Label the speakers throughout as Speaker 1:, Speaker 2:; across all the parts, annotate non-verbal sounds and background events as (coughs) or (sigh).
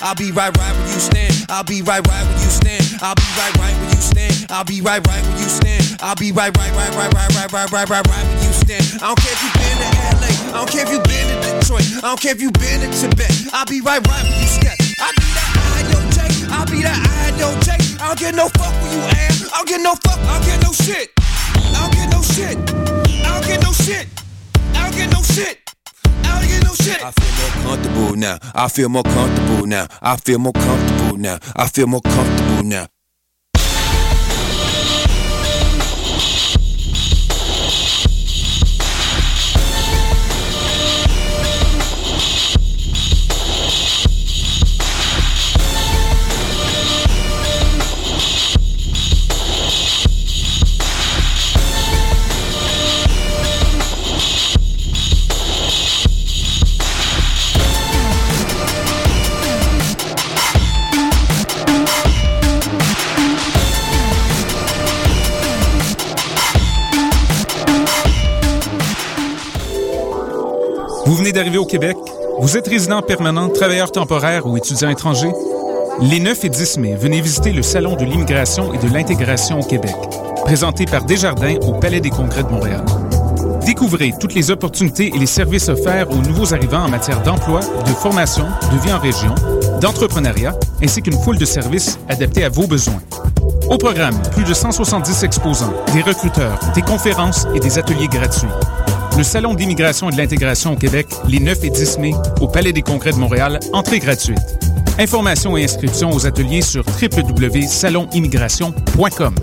Speaker 1: I'll be right right where you stand. I'll be right right where you stand. I'll be right right where you stand. I'll be right right where you stand. I'll be right right right right right right right right right right where you stand. I don't care if you've been to LA. I don't care if you've been to Detroit. I don't care if you've been to Tibet. I'll be right right where you stand. I be that I don't take. I'll be that I don't take. I don't get no fuck with you ass. I don't get no fuck. I don't get no shit. I don't get no shit. I don't get no shit. I don't get no shit. I don't get no shit. I feel more comfortable now. I feel more comfortable now. I feel more comfortable now. I feel more comfortable now.
Speaker 2: Vous venez d'arriver au Québec, vous êtes résident permanent, travailleur temporaire ou étudiant étranger? Les 9 et 10 mai, venez visiter le Salon de l'immigration et de l'intégration au Québec, présenté par Desjardins au Palais des Congrès de Montréal. Découvrez toutes les opportunités et les services offerts aux nouveaux arrivants en matière d'emploi, de formation, de vie en région, d'entrepreneuriat, ainsi qu'une foule de services adaptés à vos besoins. Au programme, plus de 170 exposants, des recruteurs, des conférences et des ateliers gratuits. Le Salon d'immigration et de l'intégration au Québec, les 9 et 10 mai, au Palais des Congrès de Montréal, entrée gratuite. Informations et inscriptions aux ateliers sur www.salonimmigration.com.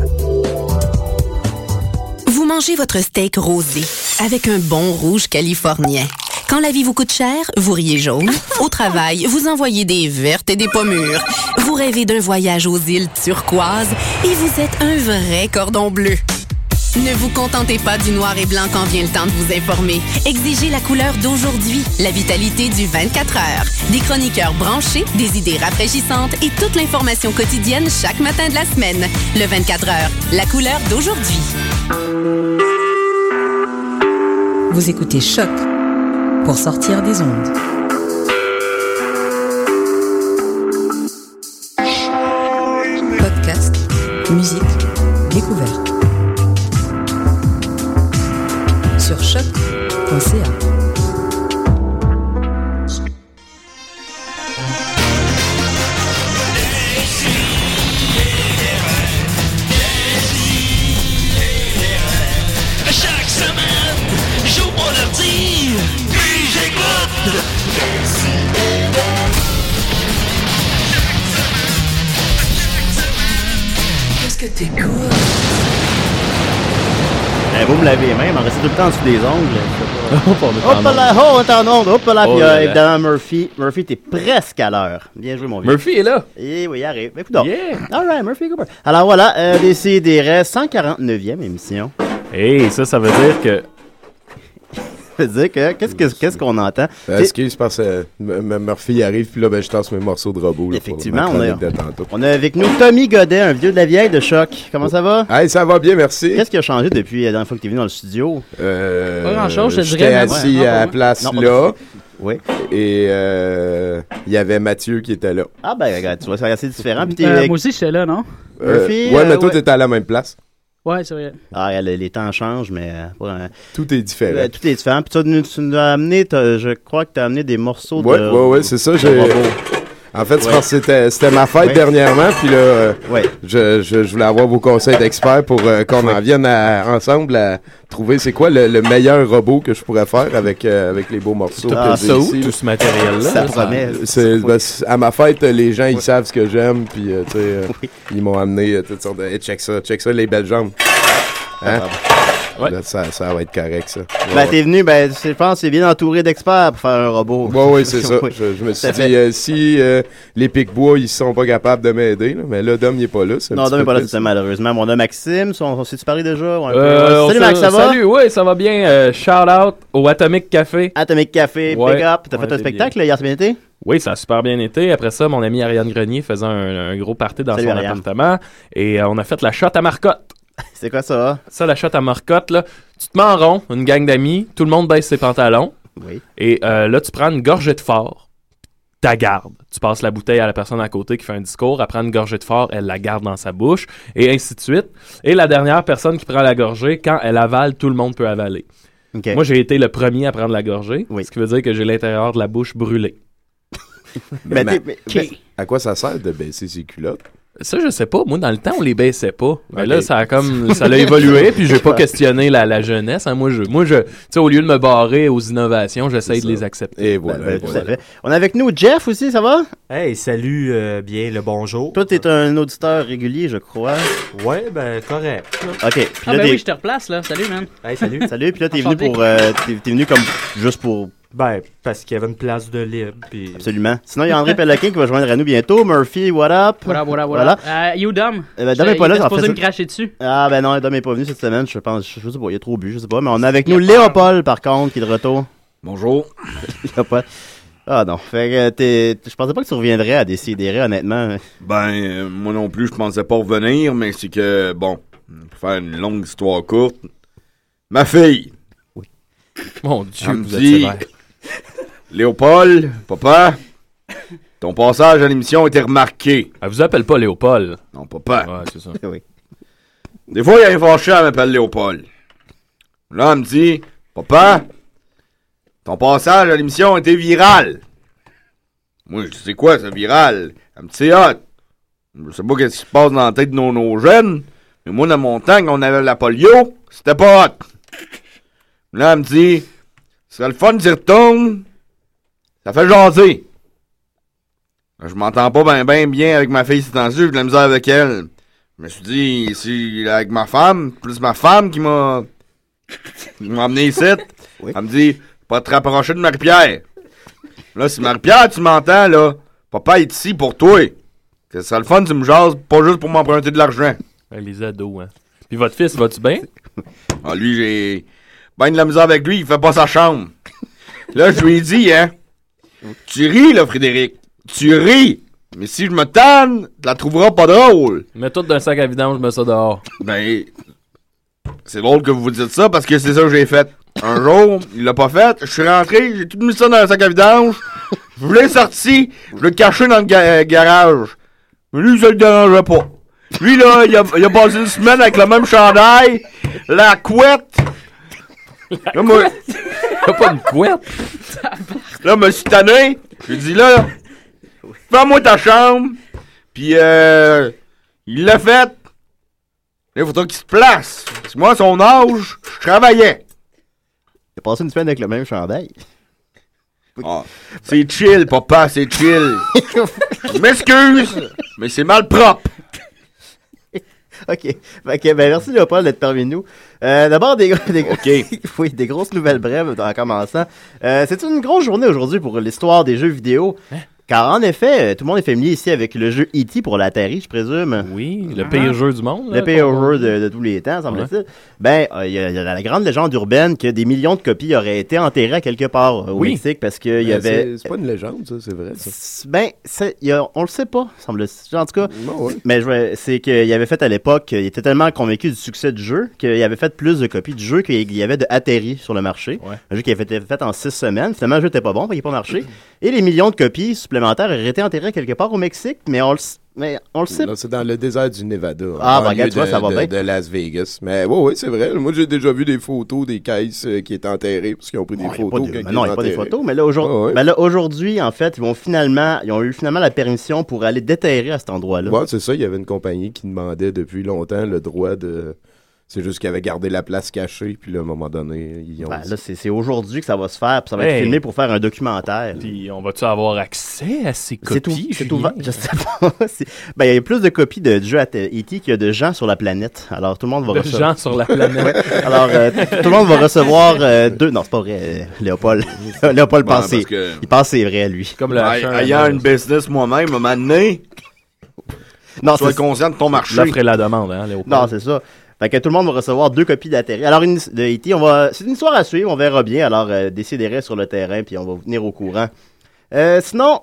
Speaker 3: Vous mangez votre steak rosé avec un bon rouge californien. Quand la vie vous coûte cher, vous riez jaune. Au travail, vous envoyez des vertes et des pommures. Vous rêvez d'un voyage aux îles turquoises et vous êtes un vrai cordon bleu. Ne vous contentez pas du noir et blanc quand vient le temps de vous informer. Exigez la couleur d'aujourd'hui, la vitalité du 24 heures. Des chroniqueurs branchés, des idées rafraîchissantes et toute l'information quotidienne chaque matin de la semaine. Le 24 heures, la couleur d'aujourd'hui.
Speaker 4: Vous écoutez Choc pour sortir des ondes. Podcast, musique, découverte. Sur choc.ca.
Speaker 5: Chaque semaine, j'ouvre mon ordi, puis j'écoute. Qu'est-ce que
Speaker 6: Ben, vous me lavez les mains, mais restez tout le temps en dessous des ongles.
Speaker 7: (laughs) Hop là, oh, on est en onde. Hop là,
Speaker 6: Oh
Speaker 7: puis
Speaker 6: là
Speaker 7: euh,
Speaker 6: là.
Speaker 7: évidemment, Murphy. Murphy, t'es presque à l'heure. Bien joué, mon vieux.
Speaker 8: Murphy est là.
Speaker 7: Eh oui, il arrive. Écoute donc.
Speaker 8: Yeah.
Speaker 7: All right, Murphy Cooper. Alors voilà, euh, Décidérez, 149e émission.
Speaker 6: Et ça, ça veut dire que.
Speaker 7: (laughs) Ça veut dire que, qu'est-ce que- qu'est-ce qu'on entend?
Speaker 9: Euh,
Speaker 7: C'est-
Speaker 9: excuse, parce que euh, ma- Murphy arrive, puis là, ben, je tasse mes morceaux de robot. là, pour
Speaker 7: Effectivement,
Speaker 9: ma
Speaker 7: on a-
Speaker 9: chronique de tantôt.
Speaker 7: on a avec nous Tommy Godet, un vieux de la vieille de choc. Comment ça va?
Speaker 9: Hey, ça va bien, merci.
Speaker 7: Qu'est-ce qui a changé depuis la dernière fois que t'es venu dans le studio?
Speaker 9: Euh,
Speaker 8: Pas grand-chose, je te
Speaker 9: J'étais
Speaker 8: dirais, mais
Speaker 9: assis
Speaker 8: ouais,
Speaker 9: à
Speaker 8: non,
Speaker 9: la
Speaker 8: pas
Speaker 9: place
Speaker 7: moi. Non,
Speaker 9: là,
Speaker 7: Oui.
Speaker 9: et euh, il y avait Mathieu qui était là.
Speaker 7: Ah ben, regarde, tu vois, c'est assez différent. Puis t'es-
Speaker 10: Euh, moi aussi, j'étais là, non?
Speaker 9: Euh,
Speaker 7: Murphy,
Speaker 9: ouais,
Speaker 7: euh,
Speaker 9: mais toi,
Speaker 7: ouais.
Speaker 9: t'étais à la même place.
Speaker 10: Ouais, c'est vrai.
Speaker 7: Ah, regarde, les, les temps changent, mais euh, pas vraiment.
Speaker 9: Tout est différent.
Speaker 7: Euh, tout est différent. Puis toi, nous- tu nous as amené, t'as- je crois que tu as amené des morceaux
Speaker 9: ouais,
Speaker 7: de.
Speaker 9: ouais, ouais, c'est ça. j'ai-
Speaker 7: Bravo.
Speaker 9: En fait, je
Speaker 7: Ouais.
Speaker 9: pense que c'était- c'était ma fête
Speaker 7: Ouais.
Speaker 9: dernièrement, puis là, euh,
Speaker 7: Ouais.
Speaker 9: je, je- je voulais avoir vos conseils d'experts pour euh, qu'on en vienne à- ensemble à trouver c'est quoi le, le meilleur robot que je pourrais faire avec, euh, avec les beaux morceaux.
Speaker 7: Ah,
Speaker 9: que j'ai
Speaker 7: ça
Speaker 9: ici, là.
Speaker 8: Tout ce matériel-là.
Speaker 7: Ça
Speaker 8: là,
Speaker 7: promet.
Speaker 9: C'est-
Speaker 7: Ça-
Speaker 9: ben, c'est- à ma fête, les gens, ils savent ce que j'aime, puis euh, tu sais, euh, ils m'ont amené euh, toutes sortes de. Hey, check ça, check ça, les belles jambes. Hein?
Speaker 8: Ouais.
Speaker 9: Là, ça, ça va être correct, ça.
Speaker 7: Ah, Ben, t'es venu, ben, c'est- je pense que c'est bien entouré d'experts pour faire un robot.
Speaker 9: Oui, oui, c'est ça.
Speaker 7: (laughs) Ouais.
Speaker 9: Je, je me suis
Speaker 7: Ça fait-
Speaker 9: dit, euh, si euh, les Pic-Bois, ils sont pas capables de m'aider, là, mais là, Dom, il est pas là. c'est un
Speaker 7: Non,
Speaker 9: petit
Speaker 7: non, mais
Speaker 9: peu
Speaker 7: pas là,
Speaker 9: triste.
Speaker 7: c'est malheureusement. Mon homme Maxime, on, on s'est-tu parlé déjà? Ouais, un peu.
Speaker 8: Euh, on
Speaker 7: salut,
Speaker 8: se-
Speaker 7: Max, ça va?
Speaker 8: Salut, oui, ça va bien. Euh, shout out au Atomic Café.
Speaker 7: Atomic Café,
Speaker 8: Ouais.
Speaker 7: Big Up. T'as
Speaker 8: Ouais,
Speaker 7: fait un
Speaker 8: t'es
Speaker 7: spectacle hier, c'est bien été?
Speaker 8: Oui, ça a super bien été. Après ça, mon ami Ariane Grenier faisait un, un gros party dans
Speaker 7: Salut,
Speaker 8: son
Speaker 7: Ariane.
Speaker 8: appartement et euh, on a fait la shot à Marcotte.
Speaker 7: (laughs) C'est quoi ça? hein?
Speaker 8: Ça, la shot à Marcotte, là, tu te mets en rond, une gang d'amis, tout le monde baisse ses pantalons
Speaker 7: Oui.
Speaker 8: et euh, là, tu prends une gorgée de fort. ta garde. Tu passes la bouteille à la personne à côté qui fait un discours, elle prend une gorgée de fort, elle la garde dans sa bouche, et ainsi de suite. Et la dernière personne qui prend la gorgée, quand elle avale, tout le monde peut avaler. Moi, j'ai été le premier à prendre la gorgée, ce qui veut dire que j'ai l'intérieur de la bouche brûlé.
Speaker 9: (laughs) Mais, mais- mais- Ben, à quoi ça sert de baisser ses culottes?
Speaker 8: Ça, je sais pas. Moi, dans le temps, on les baissait pas. Mais
Speaker 9: Ok.
Speaker 8: là, ça
Speaker 9: (laughs)
Speaker 8: a comme, ça l'a évolué, puis j'ai pas questionné la, la jeunesse. hein. Moi, je, moi, je, tu sais, au lieu de me barrer aux innovations, j'essaie de les accepter. Ben,
Speaker 9: Et
Speaker 8: voilà.
Speaker 7: tout à fait. On a avec nous Jeff aussi, ça va?
Speaker 11: Hey, salut, euh, bien le bonjour.
Speaker 7: Toi, t'es un auditeur régulier, je crois.
Speaker 11: Ouais, ben, correct.
Speaker 7: OK. Puis
Speaker 10: Ah,
Speaker 7: là,
Speaker 10: ben
Speaker 7: t'es-
Speaker 10: oui, je te replace, là. Salut, man.
Speaker 11: Hey,
Speaker 10: (laughs)
Speaker 11: salut.
Speaker 7: Salut, puis là, t'es venu
Speaker 10: Enchanté.
Speaker 7: pour. euh, t'es t'es venu comme. Juste pour.
Speaker 11: Ben, parce qu'il y avait une place de libre, puis...
Speaker 7: Absolument. Sinon, il y a André Pellequin qui va joindre à nous bientôt. Murphy, what up?
Speaker 10: Voilà, voilà, voilà. Euh, you dumb.
Speaker 7: Eh ben, Dom est pas là,
Speaker 10: Il était
Speaker 7: ça en
Speaker 10: supposé
Speaker 7: fait
Speaker 10: me
Speaker 7: ça.
Speaker 10: cracher dessus.
Speaker 7: Ah, ben non, Dom est pas venu cette semaine, je pense. Je sais pas, il a trop bu, je sais pas. Mais on a avec nous Léopold, par contre, qui est de retour. (laughs)
Speaker 12: Bonjour.
Speaker 7: Léopold. Ah non, fait que t'es- je pensais pas que tu reviendrais à décider, honnêtement.
Speaker 12: Ben, euh, moi non plus, je pensais pas revenir, mais c'est que, bon, pour faire une longue histoire courte, ma fille.
Speaker 8: Mon
Speaker 12: elle
Speaker 8: Dieu,
Speaker 12: me
Speaker 8: vous êtes
Speaker 12: dit,
Speaker 8: sévère.
Speaker 12: Léopold, papa, ton passage à l'émission a été remarqué.
Speaker 8: Elle vous appelle pas Léopold.
Speaker 12: Non, papa.
Speaker 8: Ouais, c'est
Speaker 12: (laughs)
Speaker 8: ça.
Speaker 7: oui.
Speaker 12: Des fois, il y a un fâché, elle m'appelle Léopold. Là, elle me dit, papa, ton passage à l'émission a été viral. Moi, je dis, c'est quoi, ça, viral? Elle me dit, c'est hot. Je sais pas qu'est-ce qui se passe dans la tête de nos, nos jeunes, mais moi, dans mon temps, quand on avait la polio, c'était pas hot. Là, elle me dit, ce serait le fun d'y retourner. Ça fait jaser. Je m'entends pas ben, ben bien avec ma fille, c'est temps j'ai de la misère avec elle. Je me suis dit, c'est avec ma femme, plus ma femme qui m'a qui m'a amené ici. Elle me dit, pas te rapprocher de Marie-Pierre. Là, si Marie-Pierre, tu m'entends, là, papa est ici pour toi. Ça serait le fun, tu me jases, pas juste pour m'emprunter de l'argent.
Speaker 8: Ouais, Les ados, hein. Puis votre fils, va-tu bien?
Speaker 12: (laughs) Ah, lui, j'ai ben de la misère avec lui, il fait pas sa chambre. Là, je lui ai dit, hein, tu ris, là, Frédéric, tu ris, mais si je me tanne, tu la trouveras pas drôle.
Speaker 8: Mets tout d'un sac à vidange, mets ça dehors.
Speaker 12: Ben, c'est drôle que vous vous dites ça, parce que c'est ça que j'ai fait. Un jour, il l'a pas fait, je suis rentré, j'ai tout mis ça dans un sac à vidange, je l'ai sorti, je l'ai caché dans le ga- euh, garage. Mais lui, ça le dérangeait pas. Lui, là, il a, il a passé une semaine avec le même chandail, la couette, Là, moi. T'as pas une couette? là, me suis tanné. J'ai dit, là, fais-moi ta chambre. Puis, euh, il l'a fait. Là, il faudra qu'il se place. Parce que moi, à son âge, je travaillais.
Speaker 7: T'as passé une semaine avec le même chandail. (laughs)
Speaker 12: Ah, c'est chill, papa, c'est chill. Je m'excuse, mais c'est mal propre.
Speaker 7: OK. Fait que, ben, merci Léopold d'être parmi nous. Euh, D'abord, des, gros- (laughs) des, gros- oui, des grosses nouvelles brèves en commençant. Euh, C'est une grosse journée aujourd'hui pour l'histoire des jeux vidéo.
Speaker 8: Hein?
Speaker 7: Car en effet, euh, tout le monde est familier ici avec le jeu E.T. pour l'Atari, je présume. Ah.
Speaker 8: Oui, le pire jeu du monde, là,
Speaker 7: Le pire
Speaker 8: qu'on-
Speaker 7: jeu de, de tous les temps, semble-t-il. Ben, euh, il y, a- il y a la grande légende urbaine que des millions de copies auraient été enterrées à quelque part euh, au
Speaker 9: Oui.
Speaker 7: Mexique parce qu'il
Speaker 8: Ben,
Speaker 7: y
Speaker 9: Mais
Speaker 7: avait...
Speaker 9: c'est- C'est pas une légende, ça, c'est vrai. ça.
Speaker 7: Ben, c'est- il y a- on le sait pas, semble-t-il. En tout cas,
Speaker 9: Bah ouais.
Speaker 7: mais je vais- c'est qu'il avait fait à l'époque, il était tellement convaincu du succès du jeu qu'il avait fait plus de copies du jeu qu'il y avait de Atterri sur le marché. Un jeu qui avait été fait en six semaines. Finalement, le jeu n'était pas bon, fait qu'il n'est pas marché. Et les millions de copies supplémentaires auraient été enterrées quelque part au Mexique, mais on le, s- mais on le sait
Speaker 9: Non, C'est dans le désert du Nevada.
Speaker 7: Ah,
Speaker 9: en
Speaker 7: ben, regarde,
Speaker 9: banlieue
Speaker 7: tu vois,
Speaker 9: de-
Speaker 7: ça va
Speaker 9: de-
Speaker 7: bien.
Speaker 9: De Las Vegas. Mais oui, oui, c'est vrai. Moi, j'ai déjà vu des photos des caisses euh, qui étaient enterrées parce qu'ils ont pris des
Speaker 7: Non, il y a pas
Speaker 9: photos.
Speaker 7: de-
Speaker 9: quand
Speaker 7: mais
Speaker 9: ils
Speaker 7: non, il
Speaker 9: étaient
Speaker 7: n'y a pas des
Speaker 9: enterrés.
Speaker 7: photos, mais là, aujourd'hui,
Speaker 9: Ah, ouais.
Speaker 7: ben là, aujourd'hui, en fait, ils, vont finalement, ils ont eu finalement la permission pour aller déterrer à cet endroit-là.
Speaker 9: Ouais, c'est ça. Il y avait une compagnie qui demandait depuis longtemps le droit de. C'est juste qu'ils avaient gardé la place cachée, puis là, à un moment donné, ils ont.
Speaker 7: Ben, là, c'est c'est aujourd'hui que ça va se faire, puis ça va
Speaker 9: Hey.
Speaker 7: être filmé pour faire un documentaire.
Speaker 8: Puis on va-tu avoir accès à ces
Speaker 7: C'est tout.
Speaker 8: copies?
Speaker 7: C'est
Speaker 8: Julien?
Speaker 7: ouvert. Je sais pas. (laughs) C'est- Ben, il y a plus de copies de jeux à t- E.T. qu'il y a de gens sur la planète. Alors, tout le monde va
Speaker 8: De
Speaker 7: recevoir.
Speaker 8: gens sur la planète.
Speaker 7: (laughs) Ouais. Alors, euh, tout le monde va recevoir euh, deux. Non, c'est pas vrai, euh, Léopold. (laughs) Léopold
Speaker 12: Ouais, parce
Speaker 7: pense. c'est-
Speaker 12: que-
Speaker 7: Il pense que c'est vrai, lui.
Speaker 8: Comme
Speaker 12: Ay- Ayant une business moi-même, à un moment donné,
Speaker 7: Non,
Speaker 12: sois
Speaker 7: c'est-
Speaker 12: conscient de ton marché.
Speaker 7: L'offre et
Speaker 8: la demande, hein, Léopold.
Speaker 7: Non, c'est ça. Fait que tout le monde va recevoir deux copies d'atterri. Alors, une, de E.T., on va, c'est une histoire à suivre, on verra bien. Alors, euh, décidérez sur le terrain, puis on va vous tenir au courant. Euh, sinon,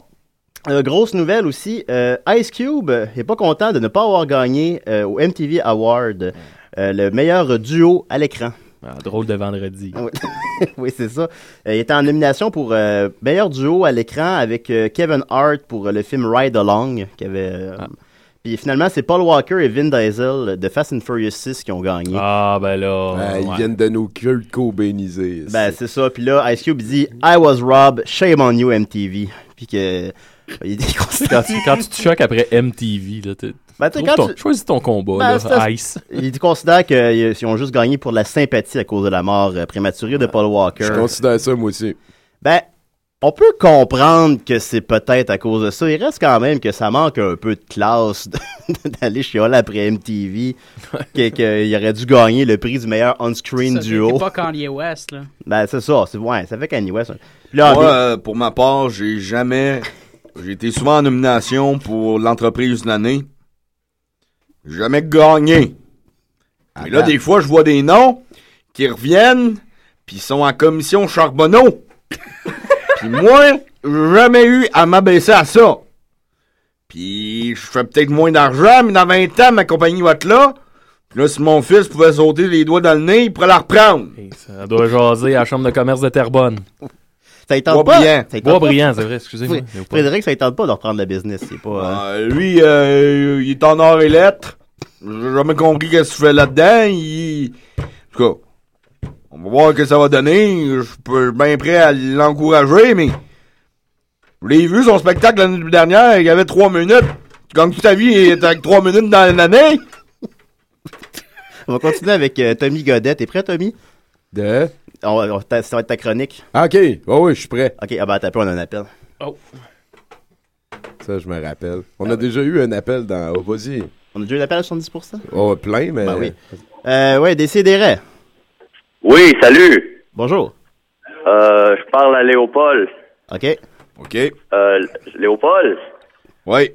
Speaker 7: euh, grosse nouvelle aussi, euh, Ice Cube n'est pas content de ne pas avoir gagné euh, au MTV Award euh, le meilleur duo à l'écran. Ah
Speaker 8: Ah, drôle de vendredi.
Speaker 7: Oui, (laughs) Oui, c'est ça. Euh, il était en nomination pour euh, meilleur duo à l'écran avec euh, Kevin Hart pour euh, le film Ride Along. Qui avait, euh,
Speaker 8: Ah.
Speaker 7: Puis finalement, c'est Paul Walker et Vin Diesel de Fast and Furious 6 qui ont gagné.
Speaker 8: Ah, ben là.
Speaker 9: Ah, Ils viennent de nos cultes cobénisés.
Speaker 7: Ben, c'est ça. Puis là, Ice Cube il dit I was robbed, shame on you, MTV. Puis que. (laughs) Il y a des
Speaker 8: Quand
Speaker 7: conséquences.
Speaker 8: tu, quand tu te choques après MTV, là, t'es-
Speaker 7: Ben, tu sais,
Speaker 8: trouve
Speaker 7: quand
Speaker 8: ton-
Speaker 7: tu-
Speaker 8: choisis ton combat,
Speaker 7: Ben, c'est ça.
Speaker 8: là, Ice.
Speaker 7: euh, Ils considèrent qu'ils ont juste gagné pour la sympathie à cause de la mort euh, prématurée de Paul Walker.
Speaker 9: Je considère ça, moi aussi.
Speaker 7: Ben, on peut comprendre que c'est peut-être à cause de ça. Il reste quand même que ça manque un peu de classe de- (laughs) d'aller chialer après MTV. que- Qu'il aurait dû gagner le prix du meilleur on-screen
Speaker 10: Ça,
Speaker 7: duo.
Speaker 10: C'était pas Kanye West, là.
Speaker 7: Ben, c'est ça. c'est- Ouais, ça fait Kanye West. Puis là,
Speaker 12: Moi,
Speaker 7: en-
Speaker 12: euh, pour ma part, j'ai jamais. J'ai été souvent en nomination pour l'entreprise de l'année. J'ai Jamais gagné. Et là,
Speaker 7: Attends.
Speaker 12: des fois, je vois des noms qui reviennent, puis sont en commission Charbonneau. puis moi, j'ai jamais eu à m'abaisser à ça. Puis je fais peut-être moins d'argent, mais dans 20 ans, ma compagnie va être là. Puis là, si mon fils pouvait sauter les doigts dans le nez, il pourrait la reprendre.
Speaker 8: Ça doit jaser à la chambre de commerce de Terrebonne.
Speaker 7: ça y tente
Speaker 8: Bois
Speaker 7: pas.
Speaker 8: brillant.
Speaker 7: ça y tente
Speaker 8: Bois
Speaker 7: pas.
Speaker 8: brillant, c'est vrai, excusez-moi.
Speaker 7: Fré- Frédéric, ça y tente pas de reprendre le business. C'est pas.
Speaker 9: Ah,
Speaker 7: euh,
Speaker 12: Euh, lui, euh, il est en or et lettres. J'ai jamais compris qu'est-ce qu'il fait là-dedans. Il... En tout cas, on va voir ce que ça va donner. Je peux- je suis bien prêt à l'encourager, mais... Je l'ai vu, son spectacle l'année dernière, il y avait trois minutes. Tu gagnes toute ta vie et t'as que trois minutes dans l'année.
Speaker 7: (laughs) On va continuer avec euh, Tommy Godet. T'es prêt, Tommy?
Speaker 9: De? Ah,
Speaker 7: ça va être ta chronique.
Speaker 9: OK. oui, je suis prêt.
Speaker 7: OK, ah ben, attends, un peu, on a un appel.
Speaker 8: Oh.
Speaker 9: Ça, je me rappelle. On a déjà eu un appel dans. Oh, vas-y.
Speaker 7: Ben On a déjà eu un appel à 70%?
Speaker 9: Oh, plein, mais.
Speaker 7: Ben oui. Euh, ouais, Décidérez.
Speaker 13: Oui, salut.
Speaker 7: Bonjour.
Speaker 13: Euh, je parle à Léopold.
Speaker 7: OK.
Speaker 12: OK.
Speaker 13: Euh, Léopold,
Speaker 12: Oui.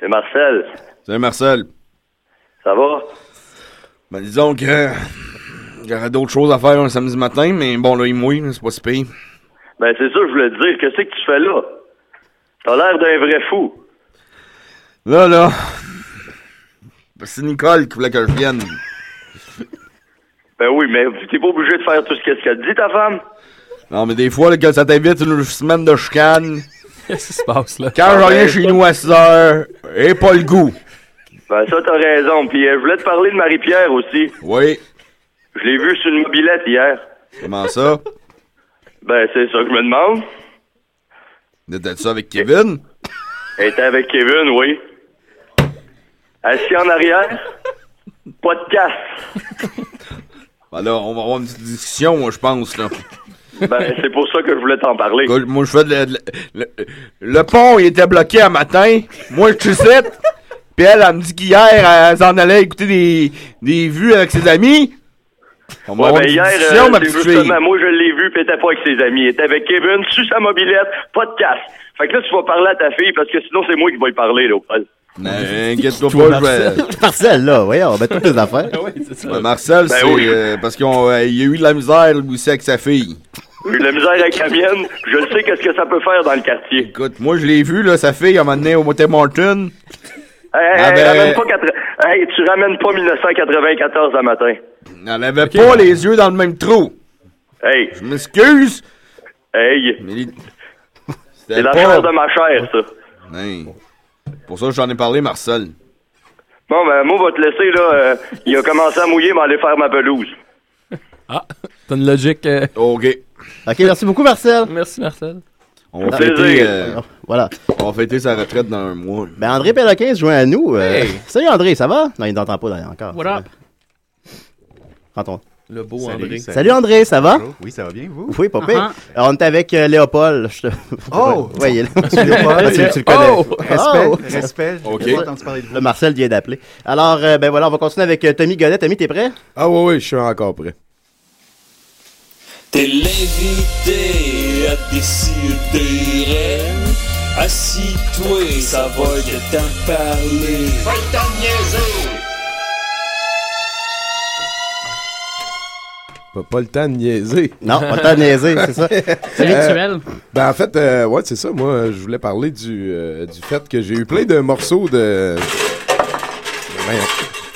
Speaker 13: c'est Marcel.
Speaker 12: Salut, Marcel.
Speaker 13: Ça va?
Speaker 12: Ben, disons que... J'aurais d'autres choses à faire un samedi matin, mais bon, là, il mouille, c'est pas si pire.
Speaker 13: Ben, c'est ça, que je voulais te dire. Qu'est-ce que tu fais là? T'as l'air d'un vrai fou.
Speaker 12: Là, là. C'est Nicole qui voulait que je vienne.
Speaker 13: Ben oui, mais t'es pas obligé de faire tout ce qu'elle te dit, ta femme.
Speaker 12: Non, mais des fois, là, quand ça t'invite une semaine de chicane.
Speaker 8: (laughs) Qu'est-ce qui se passe, là?
Speaker 12: Quand je reviens chez nous à 6 heures, et pas le goût.
Speaker 13: Ben, ça, t'as raison. Puis, euh, je voulais te parler de Marie-Pierre aussi.
Speaker 12: Oui.
Speaker 13: Je l'ai vue sur une mobilette hier.
Speaker 12: Comment ça?
Speaker 13: Ben, c'est ça que je me demande.
Speaker 12: T'as ça avec Kevin?
Speaker 13: Elle était avec Kevin, oui. Assis en arrière. Pas de casse.
Speaker 12: Ben là, on va avoir une petite discussion, moi, je pense, là.
Speaker 13: Ben, c'est pour ça que je voulais t'en parler.
Speaker 12: Écoute, Moi, je fais de la- de la- le, le pont, il était bloqué un matin. Moi, je chussette. Puis elle, elle me dit qu'hier, elle s'en allait écouter des, des vues avec ses amis. On va
Speaker 13: Ouais,
Speaker 12: avoir
Speaker 13: ben
Speaker 12: une
Speaker 13: hier,
Speaker 12: discussion,
Speaker 13: euh,
Speaker 12: ma
Speaker 13: c'est
Speaker 12: petite fille.
Speaker 13: justement, moi je l'ai vu, puis elle était pas avec ses amis. Elle était avec Kevin, sur sa mobilette, pas de casse. Fait que là, tu vas parler à ta fille, parce que sinon, c'est moi qui vais y parler, là, au Paul.
Speaker 12: Mais Ben, inquiète-toi pas, je vais...
Speaker 7: Marcel, là, voyons, on met toutes
Speaker 8: (laughs)
Speaker 7: les affaires.
Speaker 12: Ouais, Marcel,
Speaker 13: Ben
Speaker 12: c'est
Speaker 13: oui.
Speaker 12: euh, parce qu'il y a eu de la misère lui aussi avec sa fille.
Speaker 13: J'ai de la misère avec la mienne, je le sais qu'est-ce que ça peut faire dans le quartier.
Speaker 12: Écoute, moi je l'ai vu, là, sa fille, à un moment donné, au Monte Martin.
Speaker 13: Hey, hey,
Speaker 12: Ah, ben-
Speaker 13: ramène pas quatre- hey, tu ramènes pas 1994 à matin.
Speaker 12: Elle avait pas les yeux dans le même trou.
Speaker 13: Hey.
Speaker 12: Je m'excuse.
Speaker 13: Hey. C'est la
Speaker 12: pas-
Speaker 13: chance de ma chair, ça.
Speaker 12: Hey. Pour ça, j'en ai parlé, Marcel.
Speaker 13: Bon, ben, moi, va te laisser, là. euh, il a commencé à mouiller, mais aller faire ma pelouse.
Speaker 8: T'as une logique. euh,
Speaker 12: OK.
Speaker 7: OK, merci beaucoup, Marcel.
Speaker 8: Merci, Marcel.
Speaker 12: On va,
Speaker 7: Ah,
Speaker 12: fêter,
Speaker 7: plaisir.
Speaker 12: euh,
Speaker 7: Voilà.
Speaker 12: on va fêter sa retraite dans un mois.
Speaker 7: Ben, André Péloquin se joint à nous. euh,
Speaker 12: Hey.
Speaker 7: (laughs) Salut, André, ça va? Non, il n'entend pas d'ailleurs, encore.
Speaker 10: What up?
Speaker 7: Prends ton-
Speaker 8: Le beau
Speaker 14: Salut, André. salut.
Speaker 7: Salut, André, ça va?
Speaker 14: Bonjour. Oui, ça va bien, vous?
Speaker 7: Oui, popé.
Speaker 14: Uh-huh.
Speaker 7: On est avec euh, Léopold. je te-
Speaker 14: Oh!
Speaker 7: Ouais, il est là.
Speaker 14: (laughs) Monsieur Léopold.
Speaker 7: Ah, tu, tu le connais.
Speaker 14: Oh! Respect, respect, j'ai
Speaker 7: Ok.
Speaker 14: pas entendu parler de vous.
Speaker 7: Le Marcel vient d'appeler. Alors, euh, ben voilà, on va continuer avec euh, Tommy Godet. Tommy, t'es prêt?
Speaker 9: Ah, oui, oui, je suis encore prêt.
Speaker 15: T'es l'invité à décider. Assis-toi, ça va que t'en parler. Va t'en
Speaker 9: Pas, pas le temps de niaiser.
Speaker 7: Non, pas le temps de niaiser,
Speaker 9: (laughs)
Speaker 7: c'est ça. C'est
Speaker 10: rituel.
Speaker 9: ben en fait, euh, ouais, c'est ça. Moi, euh, je voulais parler du, euh, du fait que j'ai eu plein de morceaux de. Ben,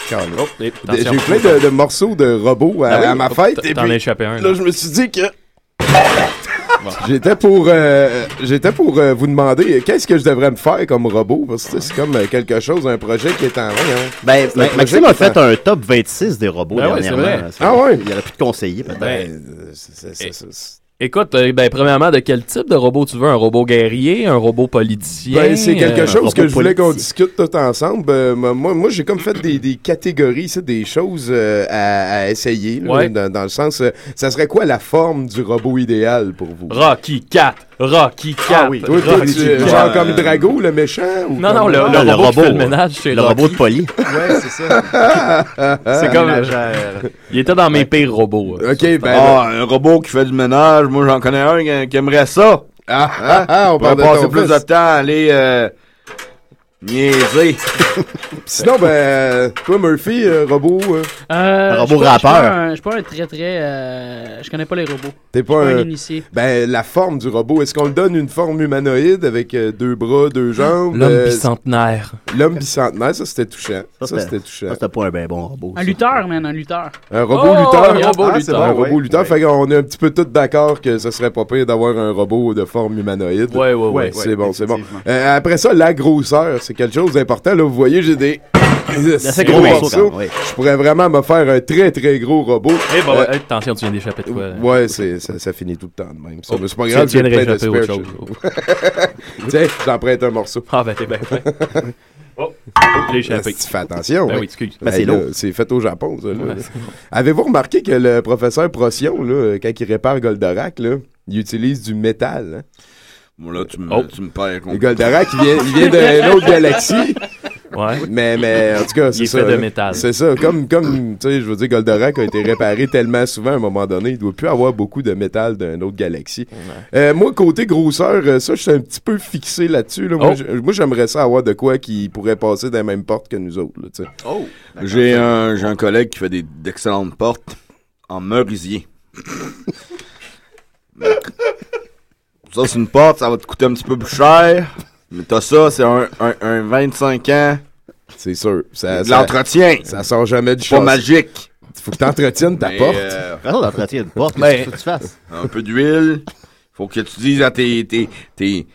Speaker 9: Colin.
Speaker 8: Oh, et-
Speaker 9: J'ai
Speaker 8: attention.
Speaker 9: eu plein de, de morceaux de robots à,
Speaker 7: Ben
Speaker 8: Ah oui?
Speaker 9: à ma
Speaker 8: Oh,
Speaker 9: fête.
Speaker 8: t'en
Speaker 9: et
Speaker 8: as
Speaker 9: puis,
Speaker 8: échappé un,
Speaker 9: Là,
Speaker 8: là.
Speaker 9: je me suis dit que. J'étais pour, euh, j'étais pour euh, vous demander euh, qu'est-ce que je devrais me faire comme robot parce que tu sais, c'est comme euh, quelque chose, un projet qui est en ligne. hein.
Speaker 7: Ben,
Speaker 9: C'est un
Speaker 7: Ma-
Speaker 9: projet
Speaker 7: Maxime
Speaker 9: qui
Speaker 7: a
Speaker 9: est
Speaker 7: fait
Speaker 9: en-
Speaker 7: un top 26 des robots
Speaker 8: Ben ouais, c'est
Speaker 7: dernièrement.
Speaker 8: vrai.
Speaker 7: Ça,
Speaker 8: Ah ouais.
Speaker 7: Il n'y aurait plus de conseillers, peut-être.
Speaker 8: Ben, Écoute, euh, ben, premièrement, de quel type de robot tu veux? Un robot guerrier, un robot politicien?
Speaker 9: Ben, c'est quelque
Speaker 8: euh,
Speaker 9: chose que je voulais qu'on
Speaker 8: politique.
Speaker 9: discute tout ensemble. Ben, moi, moi, moi, j'ai comme fait des, des catégories, c'est des choses euh, à, à essayer. là,
Speaker 8: Ouais.
Speaker 9: dans, dans le sens, euh, ça serait quoi la forme du robot idéal pour
Speaker 8: (laughs)
Speaker 9: vous?
Speaker 8: Rocky 4, Rocky 4.
Speaker 9: Ah oui, toi, toi,
Speaker 8: Rocky
Speaker 9: tu-
Speaker 8: IV.
Speaker 9: genre comme Drago, le méchant? Ou
Speaker 8: Non, non,
Speaker 9: comme-
Speaker 8: le, le robot, qui fait le ménage chez
Speaker 9: le
Speaker 8: Rocky.
Speaker 9: robot de
Speaker 7: poli.
Speaker 9: Ouais, c'est ça. (laughs)
Speaker 8: c'est comme... Il était dans mes pires robots.
Speaker 9: OK,
Speaker 8: ben-
Speaker 12: Ah, un robot qui fait du ménage, moi j'en connais un qui, qui aimerait ça.
Speaker 9: Ah,
Speaker 12: Hein?
Speaker 9: ah, on parle
Speaker 12: Pourrait
Speaker 9: de ton
Speaker 12: passer plus de
Speaker 9: fils.
Speaker 12: temps à aller euh, niaiser.
Speaker 9: Sinon, ben, euh, toi, Murphy, euh, robot... euh,
Speaker 10: Euh,
Speaker 9: Un
Speaker 10: je
Speaker 9: robot
Speaker 10: suis pas- je suis pas
Speaker 9: rappeur.
Speaker 10: un- Je suis pas un très très. euh, je connais pas les robots.
Speaker 9: T'es pas
Speaker 10: Je suis
Speaker 9: un...
Speaker 10: initié.
Speaker 9: Ben, la forme du robot, est-ce qu'on le donne une forme humanoïde avec euh, deux bras, deux jambes?
Speaker 8: L'homme
Speaker 9: euh,
Speaker 8: bicentenaire.
Speaker 9: L'homme bicentenaire, ça c'était touchant. Ça,
Speaker 7: Ça, c'était-
Speaker 9: c'était touchant.
Speaker 7: c'était pas un bien bon robot.
Speaker 10: Un lutteur, man, un lutteur.
Speaker 9: Un robot
Speaker 10: Oh,
Speaker 9: lutteur. Ah,
Speaker 10: un robot lutteur.
Speaker 9: Un
Speaker 10: Ouais,
Speaker 9: robot lutteur. Fait qu'on est un petit peu tous d'accord que ce serait pas pire d'avoir un robot de forme humanoïde.
Speaker 8: Ouais, ouais, ouais. Ouais,
Speaker 9: C'est bon, c'est bon. Euh, après ça, la grosseur, c'est quelque chose d'important. Là, vous voyez, j'ai des. (laughs) des
Speaker 8: assez
Speaker 9: gros
Speaker 8: gros
Speaker 9: morceaux.
Speaker 8: morceaux, quand même, ouais.
Speaker 9: Je pourrais vraiment me faire un très très gros robot.
Speaker 8: Eh ben,
Speaker 9: Euh,
Speaker 8: ouais, attention, tu viens d'échapper de quoi? là?
Speaker 9: Ouais, c'est, ça, ça finit tout le temps de même. Ça,
Speaker 8: Oh,
Speaker 9: mais c'est pas
Speaker 8: tu
Speaker 9: grave, j'ai
Speaker 8: viens de
Speaker 9: plein de
Speaker 8: réchapper autre
Speaker 9: spare
Speaker 8: chose.
Speaker 9: (laughs)
Speaker 12: (laughs)
Speaker 9: chez- Tiens, j'en prête un morceau.
Speaker 8: Ah ben, t'es bien fait. Oh, j'ai échappé.
Speaker 9: Tu fais attention.
Speaker 8: Ben
Speaker 9: hein.
Speaker 8: oui, excuse.
Speaker 9: Ben, là, c'est fait au Japon, ça. là.
Speaker 8: Ouais, c'est bon.
Speaker 9: Avez-vous remarqué que le professeur Procyon, là, quand il répare Goldorak, là, il utilise du métal? hein?
Speaker 12: Bon, Là, tu me,
Speaker 9: Oh.
Speaker 12: tu me perds
Speaker 9: Le
Speaker 12: complètement.
Speaker 9: Goldorak, il vient, il vient
Speaker 12: (laughs)
Speaker 9: d'une autre galaxie.
Speaker 8: Ouais.
Speaker 9: Mais, mais en tout cas, c'est
Speaker 8: Il est
Speaker 9: ça.
Speaker 8: fait de
Speaker 9: là.
Speaker 8: métal.
Speaker 9: C'est ça. Comme, comme tu sais, je veux dire, Goldorak a été réparé tellement souvent à un moment donné, il doit plus avoir beaucoup de métal d'une autre galaxie. Euh, moi, côté grosseur, euh, ça, je suis un petit peu fixé là-dessus. là. Moi,
Speaker 12: Oh.
Speaker 9: je- Moi, j'aimerais ça avoir de quoi qui pourrait passer dans la même porte que nous autres. là, tu sais.
Speaker 12: Oh! J'ai un, j'ai un collègue qui fait des, d'excellentes portes en merisier. (laughs) ça, c'est une porte, ça va te coûter un petit peu plus cher. Mais t'as ça, c'est un, un, un 25 ans.
Speaker 9: C'est sûr. Ça,
Speaker 12: de l'entretien.
Speaker 9: Ça sort jamais du
Speaker 12: C'est pas magique.
Speaker 9: Faut que t'entretiennes ta
Speaker 12: Mais,
Speaker 9: porte.
Speaker 12: euh,
Speaker 7: Ah, l'entretien de porte,
Speaker 12: Ben,
Speaker 7: qu'est-ce que tu fasses?
Speaker 12: Un peu d'huile. Faut que tu dises à tes, tes, tes,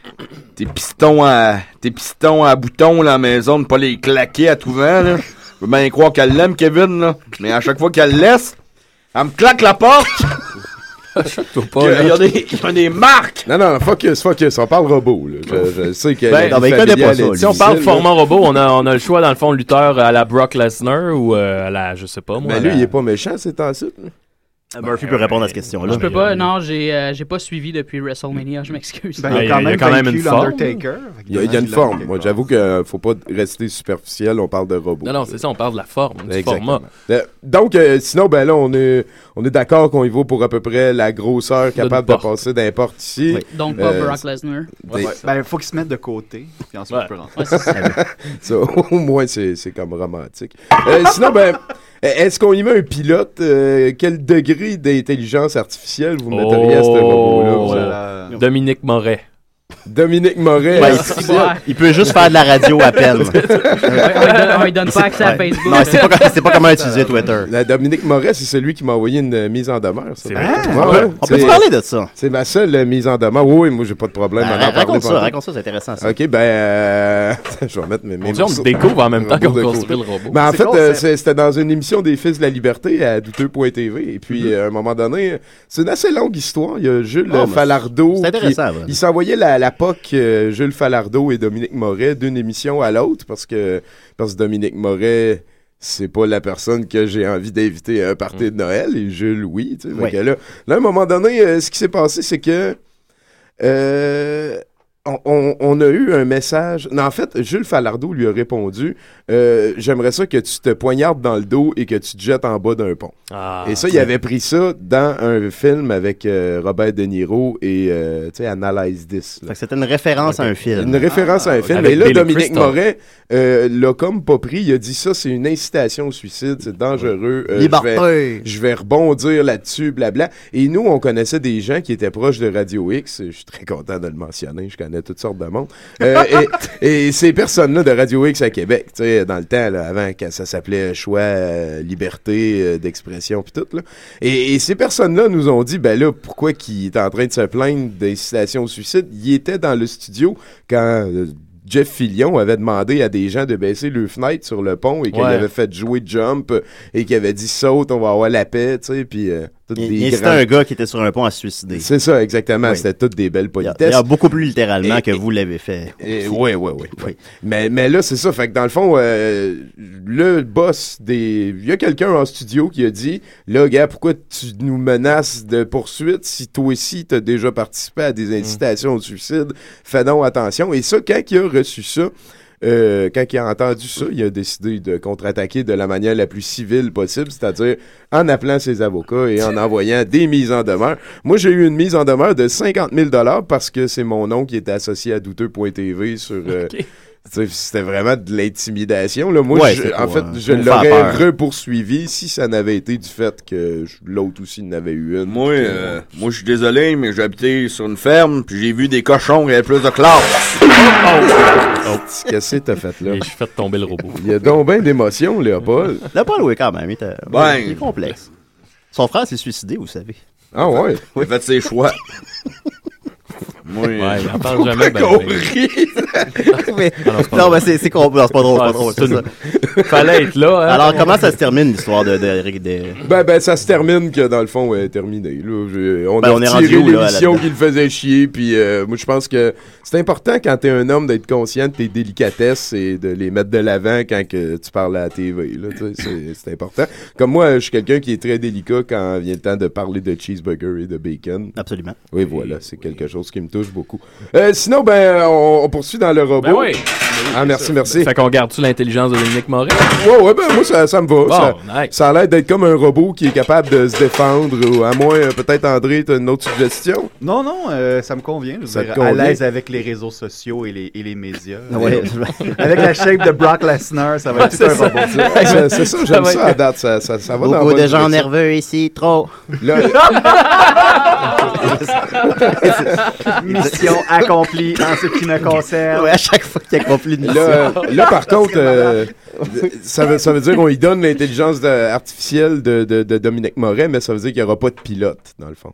Speaker 12: tes pistons à, tes pistons à boutons là, à la maison de pas les claquer à tout vent, là. Je veux bien croire qu'elle l'aime, Kevin, là. Mais à chaque fois qu'elle le laisse, elle me claque la porte.
Speaker 9: pas,
Speaker 12: Que-
Speaker 9: là.
Speaker 12: il y a des- il y a des marques.
Speaker 9: Non, non, focus, focus. On parle robot. là. Je, je sais que.
Speaker 8: Ben,
Speaker 9: la vie familiale est
Speaker 8: Si on parle
Speaker 9: difficile, là.
Speaker 8: format robot, on a, on a le choix, dans le fond, lutteur euh, à la Brock Lesnar ou euh, à la, je sais pas, moi.
Speaker 9: Mais Ben, lui, il est pas méchant, c'est ensuite.
Speaker 7: Ah, Murphy peut répondre à cette question-là.
Speaker 10: Je peux pas, non, j'ai euh, j'ai pas suivi depuis WrestleMania, je m'excuse.
Speaker 9: Ben, il a quand Ah, il a même quand même vaincu une forme.
Speaker 14: Undertaker.
Speaker 9: Il y a, il y a une forme. Moi, j'avoue qu'il faut pas rester superficiel. On parle de robot.
Speaker 8: Non, non, c'est ça, on parle de la forme, du
Speaker 9: Exactement.
Speaker 8: format.
Speaker 9: Euh, donc, euh, sinon, ben là, on est, on est d'accord qu'on y va pour à peu près la grosseur capable de
Speaker 10: porte.
Speaker 9: passer d'un porte ici. Euh,
Speaker 10: Donc, pas Brock Lesnar.
Speaker 9: des-
Speaker 14: Ben, il faut qu'il se mette de côté, puis ensuite on peut rentrer.
Speaker 9: (laughs) Ça, au moins, c'est c'est comme romantique. Euh, sinon, ben, est-ce qu'on y met un pilote? Euh, quel degré d'intelligence artificielle vous metteriez à ce robot-là?
Speaker 8: Oh,
Speaker 9: vous allez-
Speaker 8: euh, Dominique Moret.
Speaker 9: Dominique Moret.
Speaker 7: Ben, il- il peut juste faire de la radio à peine.
Speaker 10: on lui donne pas accès à
Speaker 7: Ouais.
Speaker 10: Facebook.
Speaker 7: Non, c'est pas, c'est pas
Speaker 14: (laughs)
Speaker 7: comment
Speaker 9: (laughs)
Speaker 7: utiliser Twitter.
Speaker 9: La Dominique Moret, c'est celui qui m'a envoyé une euh, mise en demeure. ça.
Speaker 7: vrai?
Speaker 9: Ouais,
Speaker 7: Ah,
Speaker 9: ouais.
Speaker 7: on peut-tu
Speaker 9: C'est-
Speaker 7: parler de ça?
Speaker 9: C'est ma seule euh, mise en demeure. Oui, oui, moi, j'ai pas de problème.
Speaker 7: Ben,
Speaker 9: à en parler
Speaker 7: raconte ça,
Speaker 9: pendant.
Speaker 7: raconte ça, c'est intéressant, ça.
Speaker 9: OK, ben, euh, (laughs) je vais remettre mes
Speaker 8: dit, on
Speaker 9: morceaux.
Speaker 8: le
Speaker 9: (laughs)
Speaker 8: découvre en même temps
Speaker 9: Robot
Speaker 8: qu'on
Speaker 9: de
Speaker 8: construit
Speaker 9: côté.
Speaker 8: le robot.
Speaker 9: Ben, en
Speaker 8: C'est
Speaker 9: fait,
Speaker 8: cool,
Speaker 9: euh,
Speaker 8: ça.
Speaker 9: c'est- c'était dans une émission des Fils de la Liberté à douteux.tv. Et
Speaker 7: Mm-hmm.
Speaker 9: puis, euh, à un moment donné, c'est une assez longue histoire. Il y a Jules
Speaker 7: Ah,
Speaker 9: euh,
Speaker 7: ben,
Speaker 9: Falardeau.
Speaker 7: c'est intéressant,
Speaker 9: qui-
Speaker 7: ben.
Speaker 9: Il s'envoyait la, la POC, euh, Jules Falardeau et Dominique Moret, d'une émission à l'autre, parce que, parce que Dominique Moret, c'est pas la personne que j'ai envie d'inviter à un party de Noël, et Jules, oui. tu sais. Fait
Speaker 7: Mm. Ouais.
Speaker 9: que là, là, à un moment donné, euh, ce qui s'est passé, c'est que. euh, on, on- on a eu un message. Non, en fait, Jules Falardeau lui a répondu euh, J'aimerais ça que tu te poignardes dans le dos et que tu te jettes en bas d'un pont.
Speaker 8: Ah.
Speaker 9: Et ça, il avait pris ça dans un film avec euh, Robert De Niro et, euh, tu sais, Analyze This. là.
Speaker 7: C'était une référence à un film.
Speaker 9: Une référence à un film.
Speaker 7: Ah. Avec
Speaker 9: Et là,
Speaker 7: Billy
Speaker 9: Dominique
Speaker 7: Crystal.
Speaker 9: Moret euh, l'a comme pas pris. Il a dit ça, c'est une incitation au suicide, c'est dangereux. Euh, je,
Speaker 7: Liberté.
Speaker 9: vais, je vais rebondir là-dessus, blabla. Et nous, on connaissait des gens qui étaient proches de Radio X. Je suis très content de le mentionner. Je connais connais toutes sortes de monde. Euh, et, et ces personnes-là de Radio X à Québec, tu sais, dans le temps, là, avant que ça s'appelait choix, euh, liberté euh, d'expression, puis tout, là. Et, et ces personnes-là nous ont dit, ben là, pourquoi qui est en train de se plaindre d'incitation au suicide? Il était dans le studio quand. euh, Jeff Fillion avait demandé à des gens de baisser le fenêtre sur le pont et qu'il
Speaker 7: Ouais.
Speaker 9: avait fait jouer Jump et qu'il avait dit saute, on va avoir la paix, tu sais, puis euh, toutes
Speaker 7: Il,
Speaker 9: des
Speaker 7: il incitait
Speaker 9: grands- (laughs)
Speaker 7: un gars qui était sur un pont à se suicider.
Speaker 9: C'est ça, exactement.
Speaker 7: Oui.
Speaker 9: C'était toutes des belles politesses.
Speaker 7: D'ailleurs, beaucoup plus littéralement que vous l'avez fait.
Speaker 9: Oui, oui, oui. Mais, mais là, c'est ça. Fait que dans le fond, euh, le boss des. Il y a quelqu'un en studio qui a dit Là, gars, pourquoi tu nous menaces de poursuite si toi aussi, t'as déjà participé à
Speaker 7: Mm.
Speaker 9: des incitations au suicide Fais donc attention. Et ça, quand il a reçu ça, euh, quand il a entendu ça, il a décidé de contre-attaquer de la manière la plus civile possible, c'est-à-dire en appelant ses avocats
Speaker 7: (laughs)
Speaker 9: et en envoyant des mises en demeure. Moi, j'ai eu une mise en demeure de 50 000 parce que c'est mon nom qui était associé à douteux.tv sur... euh, tu sais, C'était vraiment de l'intimidation. là. Moi,
Speaker 7: Ouais,
Speaker 9: je-
Speaker 7: c'est
Speaker 9: en
Speaker 7: pour,
Speaker 9: fait,
Speaker 7: euh,
Speaker 9: je
Speaker 7: pour faire
Speaker 9: l'aurais
Speaker 7: peur.
Speaker 9: repoursuivi si ça n'avait été du fait que je- l'autre aussi n'avait eu une.
Speaker 12: Moi, euh, moi je suis désolé, mais j'ai habité sur une ferme, puis j'ai vu des cochons qui avaient plus de classe.
Speaker 9: Qu'est-ce que t'as fait là?
Speaker 8: Je suis fait tomber le robot.
Speaker 9: Il y a donc bien d'émotions, Léopold.
Speaker 7: (laughs) Léopold, oui, quand même. Il, était-
Speaker 12: Ben.
Speaker 7: il est complexe. Son frère s'est suicidé, vous savez.
Speaker 9: Ah ouais?
Speaker 12: Il a fait ses (laughs) choix. moi,
Speaker 7: Ouais, il en parle
Speaker 12: Pourquoi
Speaker 7: jamais, ben,
Speaker 12: qu'on
Speaker 7: ben.
Speaker 12: rit?
Speaker 7: (laughs) Mais-
Speaker 12: Ah non, c'est pas
Speaker 7: non,
Speaker 12: drôle.
Speaker 7: mais c'est c'est con- non, c'est pas drôle.
Speaker 12: Ah,
Speaker 7: pas drôle,
Speaker 12: c'est
Speaker 7: c'est ça.
Speaker 12: une- (laughs) Fallait être là, hein.
Speaker 7: Alors, comment ça se termine l'histoire de, de, de-
Speaker 9: Ben, ben, ça se termine que dans le fond, elle est terminée. Là, Je- on
Speaker 7: Ben,
Speaker 9: a
Speaker 7: on est
Speaker 9: retiré
Speaker 7: rendu où, là,
Speaker 9: l'émission
Speaker 7: là-dedans?
Speaker 9: qui le faisait chier. Puis euh, moi, je pense que c'est important quand t'es un homme d'être conscient de tes délicatesses et de les mettre de l'avant quand que tu parles à la TV. Là, tu sais, c'est- c'est important. Comme moi, je suis quelqu'un qui est très délicat quand vient le temps de parler de cheeseburger et de bacon.
Speaker 7: Absolument.
Speaker 9: Oui, voilà, c'est quelque chose qui me touche beaucoup. Euh, sinon, ben, on, on poursuit dans le robot.
Speaker 8: Ben oui.
Speaker 9: Ah,
Speaker 7: Ben
Speaker 9: merci, merci.
Speaker 8: Fait qu'on garde-tu l'intelligence de Dominique Morin?
Speaker 9: Ouais, ouais, ben moi, ça, ça me va.
Speaker 8: Bon,
Speaker 9: ça, ça a l'air d'être comme un robot qui est capable de se défendre, ou à moins, euh, peut-être, André, t'as une autre suggestion?
Speaker 14: (laughs) Non, non, euh, ça me convient. Je veux
Speaker 9: Ça te
Speaker 14: dire, à
Speaker 9: convient? Ah
Speaker 14: l'aise avec les réseaux sociaux et les, et les médias.
Speaker 9: Ouais.
Speaker 14: (laughs) avec la shape de Brock Lesnar, ça va être
Speaker 9: C'est
Speaker 14: super
Speaker 9: ça.
Speaker 14: bon. pour
Speaker 9: Ouais, c'est- c'est ça, j'aime ça, à date, ça, ça, ça va dans la
Speaker 7: Beaucoup
Speaker 9: bonne
Speaker 7: de gens
Speaker 9: direction.
Speaker 7: nerveux ici, trop.
Speaker 14: (laughs) Mission accomplie en ce qui me concerne.
Speaker 7: Ouais, à chaque fois qu'il accomplit une
Speaker 9: Là, euh, là, par contre, euh, ça, veut, ça veut dire qu'on lui donne l'intelligence de- artificielle de, de- de Dominique Moret, mais ça veut dire qu'il n'y aura pas de pilote, dans le fond.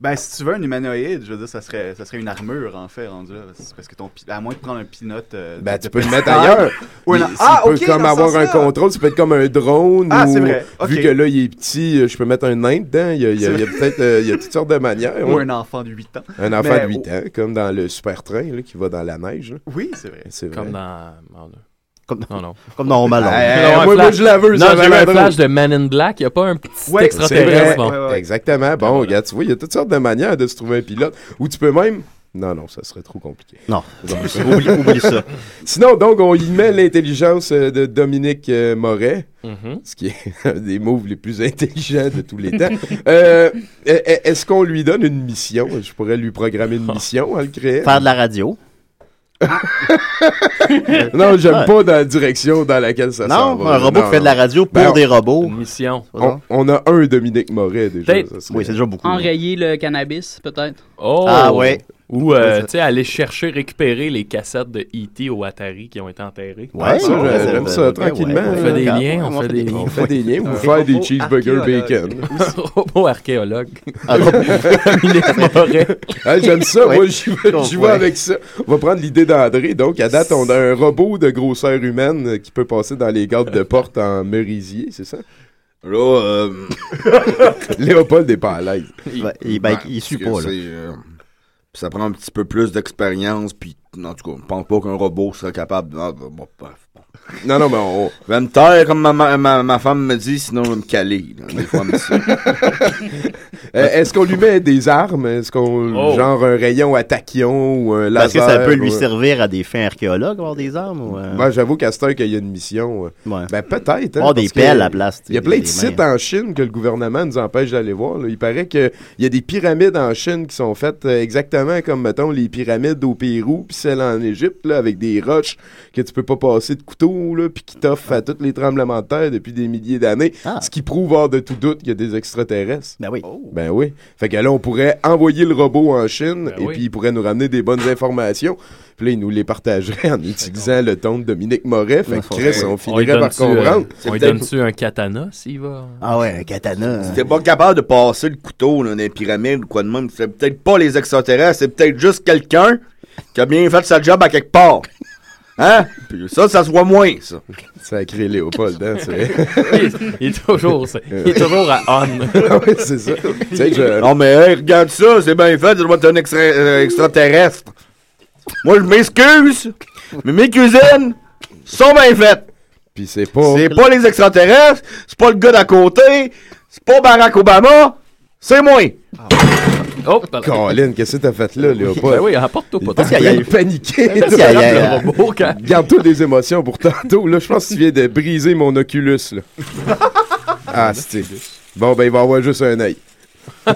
Speaker 14: Ben, si tu veux un humanoïde, je veux dire, ça serait, ça serait une armure, en fait, rendu là. Parce- Parce que ton. pi- À moins de prendre un pinote. euh,
Speaker 9: Ben,
Speaker 14: de-
Speaker 9: tu
Speaker 14: de
Speaker 9: peux le
Speaker 14: petite
Speaker 9: mettre
Speaker 14: taille.
Speaker 9: ailleurs.
Speaker 14: Ouais,
Speaker 9: Il-
Speaker 14: non.
Speaker 9: il
Speaker 14: Ah,
Speaker 9: peut
Speaker 14: ok,
Speaker 9: comme
Speaker 14: dans ce
Speaker 9: avoir un
Speaker 14: sens-là.
Speaker 9: contrôle, ça peut être comme un drone.
Speaker 14: Ah,
Speaker 9: ou-
Speaker 14: c'est vrai. Ok.
Speaker 9: Vu que là, il est petit, euh, je peux mettre un nain dedans. Il y a, il y a-
Speaker 14: C'est
Speaker 9: il y a
Speaker 14: vrai.
Speaker 9: peut-être euh, il y a toutes sortes de manières.
Speaker 14: Ou
Speaker 9: ouais.
Speaker 14: un enfant de 8 ans.
Speaker 9: Un enfant
Speaker 14: Mais-
Speaker 9: de 8 ans, comme dans le super train là, qui va dans la neige. là.
Speaker 14: Oui, c'est vrai.
Speaker 9: C'est vrai.
Speaker 8: Comme dans.
Speaker 7: Comme
Speaker 8: dans. Non, non.
Speaker 7: Comme dans Home Alone.
Speaker 9: Eh, moi, moi, je la veux,
Speaker 8: Non,
Speaker 9: ça,
Speaker 8: j'ai eu un
Speaker 9: Valandro.
Speaker 8: flash de Man in Black. Il n'y a pas un petit
Speaker 9: Ouais, c'est
Speaker 8: extraterrestre.
Speaker 9: vrai.
Speaker 8: bon.
Speaker 9: Exactement. Bon, regarde, tu vois, il y a toutes sortes de manières de se trouver un pilote. Ou tu peux même. Non, non, ça serait trop compliqué. (laughs)
Speaker 7: Non.
Speaker 9: Oublie-
Speaker 7: (laughs)
Speaker 9: oublie ça. Sinon, donc, on y met l'intelligence euh, de Dominique euh, Moret,
Speaker 8: Mhm.
Speaker 9: ce qui est (laughs) un des moves les plus intelligents de tous les temps. Euh, e- e- Est-ce qu'on lui donne une mission? Je pourrais lui programmer
Speaker 8: Oh.
Speaker 9: une mission en le créant.
Speaker 7: Faire de la radio.
Speaker 9: (laughs) Non, j'aime
Speaker 7: Ouais.
Speaker 9: pas dans la direction dans laquelle ça s'en
Speaker 7: Non,
Speaker 9: va.
Speaker 7: un robot qui fait de la radio pour
Speaker 9: Ben, on-
Speaker 7: des robots.
Speaker 8: mission.
Speaker 9: On, on a un Dominique Moret déjà.
Speaker 8: Peut-être.
Speaker 9: ça serait-
Speaker 7: Oui,
Speaker 9: (laughs)
Speaker 7: c'est déjà beaucoup.
Speaker 10: Enrayer le cannabis, peut-être.
Speaker 8: Oh!
Speaker 7: Ah, ouais.
Speaker 8: Ou, euh,
Speaker 7: Ouais, ça-
Speaker 8: tu sais, aller chercher, récupérer les cassettes de E.T. au Atari qui ont été enterrées.
Speaker 9: Ah, Ouais, ça, j'aime j'aime ça, tranquillement.
Speaker 8: On fait des liens, on fait des liens.
Speaker 9: On fait des liens, vous faire des cheeseburger
Speaker 8: (laughs)
Speaker 9: bacon.
Speaker 8: Robot archéologue.
Speaker 9: Ah,
Speaker 8: (laughs)
Speaker 7: (laughs)
Speaker 9: robot-
Speaker 8: Dominique Moret.
Speaker 9: (laughs) Ah, J'aime ça, moi
Speaker 8: Ouais.
Speaker 9: j'y vais, j'y vais
Speaker 8: Ouais.
Speaker 9: avec ça. On va prendre l'idée d'André. Donc, à date, on a un robot de grosseur humaine euh, qui peut passer dans les gardes de porte en merisier, c'est ça?
Speaker 12: Là, euh,
Speaker 9: (laughs) Léopold n'est pas à l'aise.
Speaker 12: Ben,
Speaker 7: il- ben, il
Speaker 12: parce
Speaker 7: suit
Speaker 12: que
Speaker 7: pas, là.
Speaker 12: c'est, euh, ça prend un petit peu plus d'expérience, puis en tout cas, je pense pas qu'un robot serait capable. de- ah, bon, bref.
Speaker 9: Non, non, mais on.
Speaker 12: Je vais me taire comme ma, ma- ma- ma femme me dit, sinon je vais me caler. là. Des fois, elle me
Speaker 7: (laughs)
Speaker 12: dit ça.
Speaker 9: Euh, Est-ce qu'on lui met des armes? Est-ce qu'on.
Speaker 12: Oh.
Speaker 9: Genre un rayon à taquion ou un
Speaker 7: Parce
Speaker 9: laser?
Speaker 7: que ça peut lui
Speaker 9: ou un-
Speaker 7: servir à des fins archéologues, (laughs) avoir des armes. Ou, euh,
Speaker 9: Ben, j'avoue qu'à cette heure qu'il y a une mission. euh, Ben, peut-être.
Speaker 7: Oh, des
Speaker 9: parce
Speaker 7: pelles
Speaker 9: que
Speaker 7: à la place,
Speaker 9: Il y a
Speaker 7: des-
Speaker 9: plein de
Speaker 7: des
Speaker 9: sites en Chine que le gouvernement nous empêche d'aller voir. là. Il paraît qu'il y a des pyramides en Chine qui sont faites euh, exactement comme, mettons, les pyramides au Pérou, puis celles en Égypte, là, avec des roches que tu peux pas passer de couteau. chaud, là, puis qui t'offre à tous les tremblements de terre depuis des milliers d'années, ce qui prouve hors de tout doute qu'il y a des extraterrestres.
Speaker 7: Ah. Ben oui.
Speaker 8: Oh.
Speaker 9: Ben oui. Fait que là, on pourrait envoyer le robot en Chine
Speaker 8: Ben
Speaker 9: et
Speaker 7: oui.
Speaker 9: puis il pourrait nous ramener des bonnes informations. Puis là, il nous les partagerait en utilisant le ton de Dominique Moret. Fait que Chris, on
Speaker 8: lui
Speaker 9: finirait par
Speaker 8: donne-tu, euh,
Speaker 9: comprendre.
Speaker 8: on lui donne-tu un katana s'il va?
Speaker 7: Ah ouais, un
Speaker 9: Euh.
Speaker 7: katana.
Speaker 12: Si t'es pas capable de passer le couteau là, dans les pyramides ou quoi de même, c'est peut-être pas les extraterrestres, c'est peut-être juste quelqu'un qui a bien fait sa job à quelque part. Hein? Puis ça, ça se voit moins, ça.
Speaker 9: Sacré Léopold, hein,
Speaker 8: (laughs)
Speaker 9: tu
Speaker 8: il, il est toujours, il est toujours à on.
Speaker 9: (laughs) oui, c'est ça. Tu sais que
Speaker 8: (laughs)
Speaker 9: je-
Speaker 12: Non, mais hey, regarde ça, c'est bien fait, ça doit être un extra- euh, extraterrestre. Moi, je m'excuse, mais mes cuisines sont bien faites.
Speaker 9: Puis c'est pas.
Speaker 12: C'est pas les extraterrestres, c'est pas le gars d'à côté, c'est pas Barack Obama, c'est moi.
Speaker 8: Oh,
Speaker 9: Colin, qu'est-ce que t'as fait là, Léopold?
Speaker 12: Ben oui,
Speaker 8: apporte-toi
Speaker 12: pas
Speaker 9: Parce
Speaker 12: tant.
Speaker 9: qu'il a paniqué.
Speaker 12: Parce qu'il y a- (laughs) il y a-
Speaker 9: Garde-toi des émotions pour tantôt. Là, je pense que tu viens de briser mon Oculus. Là. ah, c'est. Bon, ben, il va avoir juste un œil.
Speaker 7: Bon,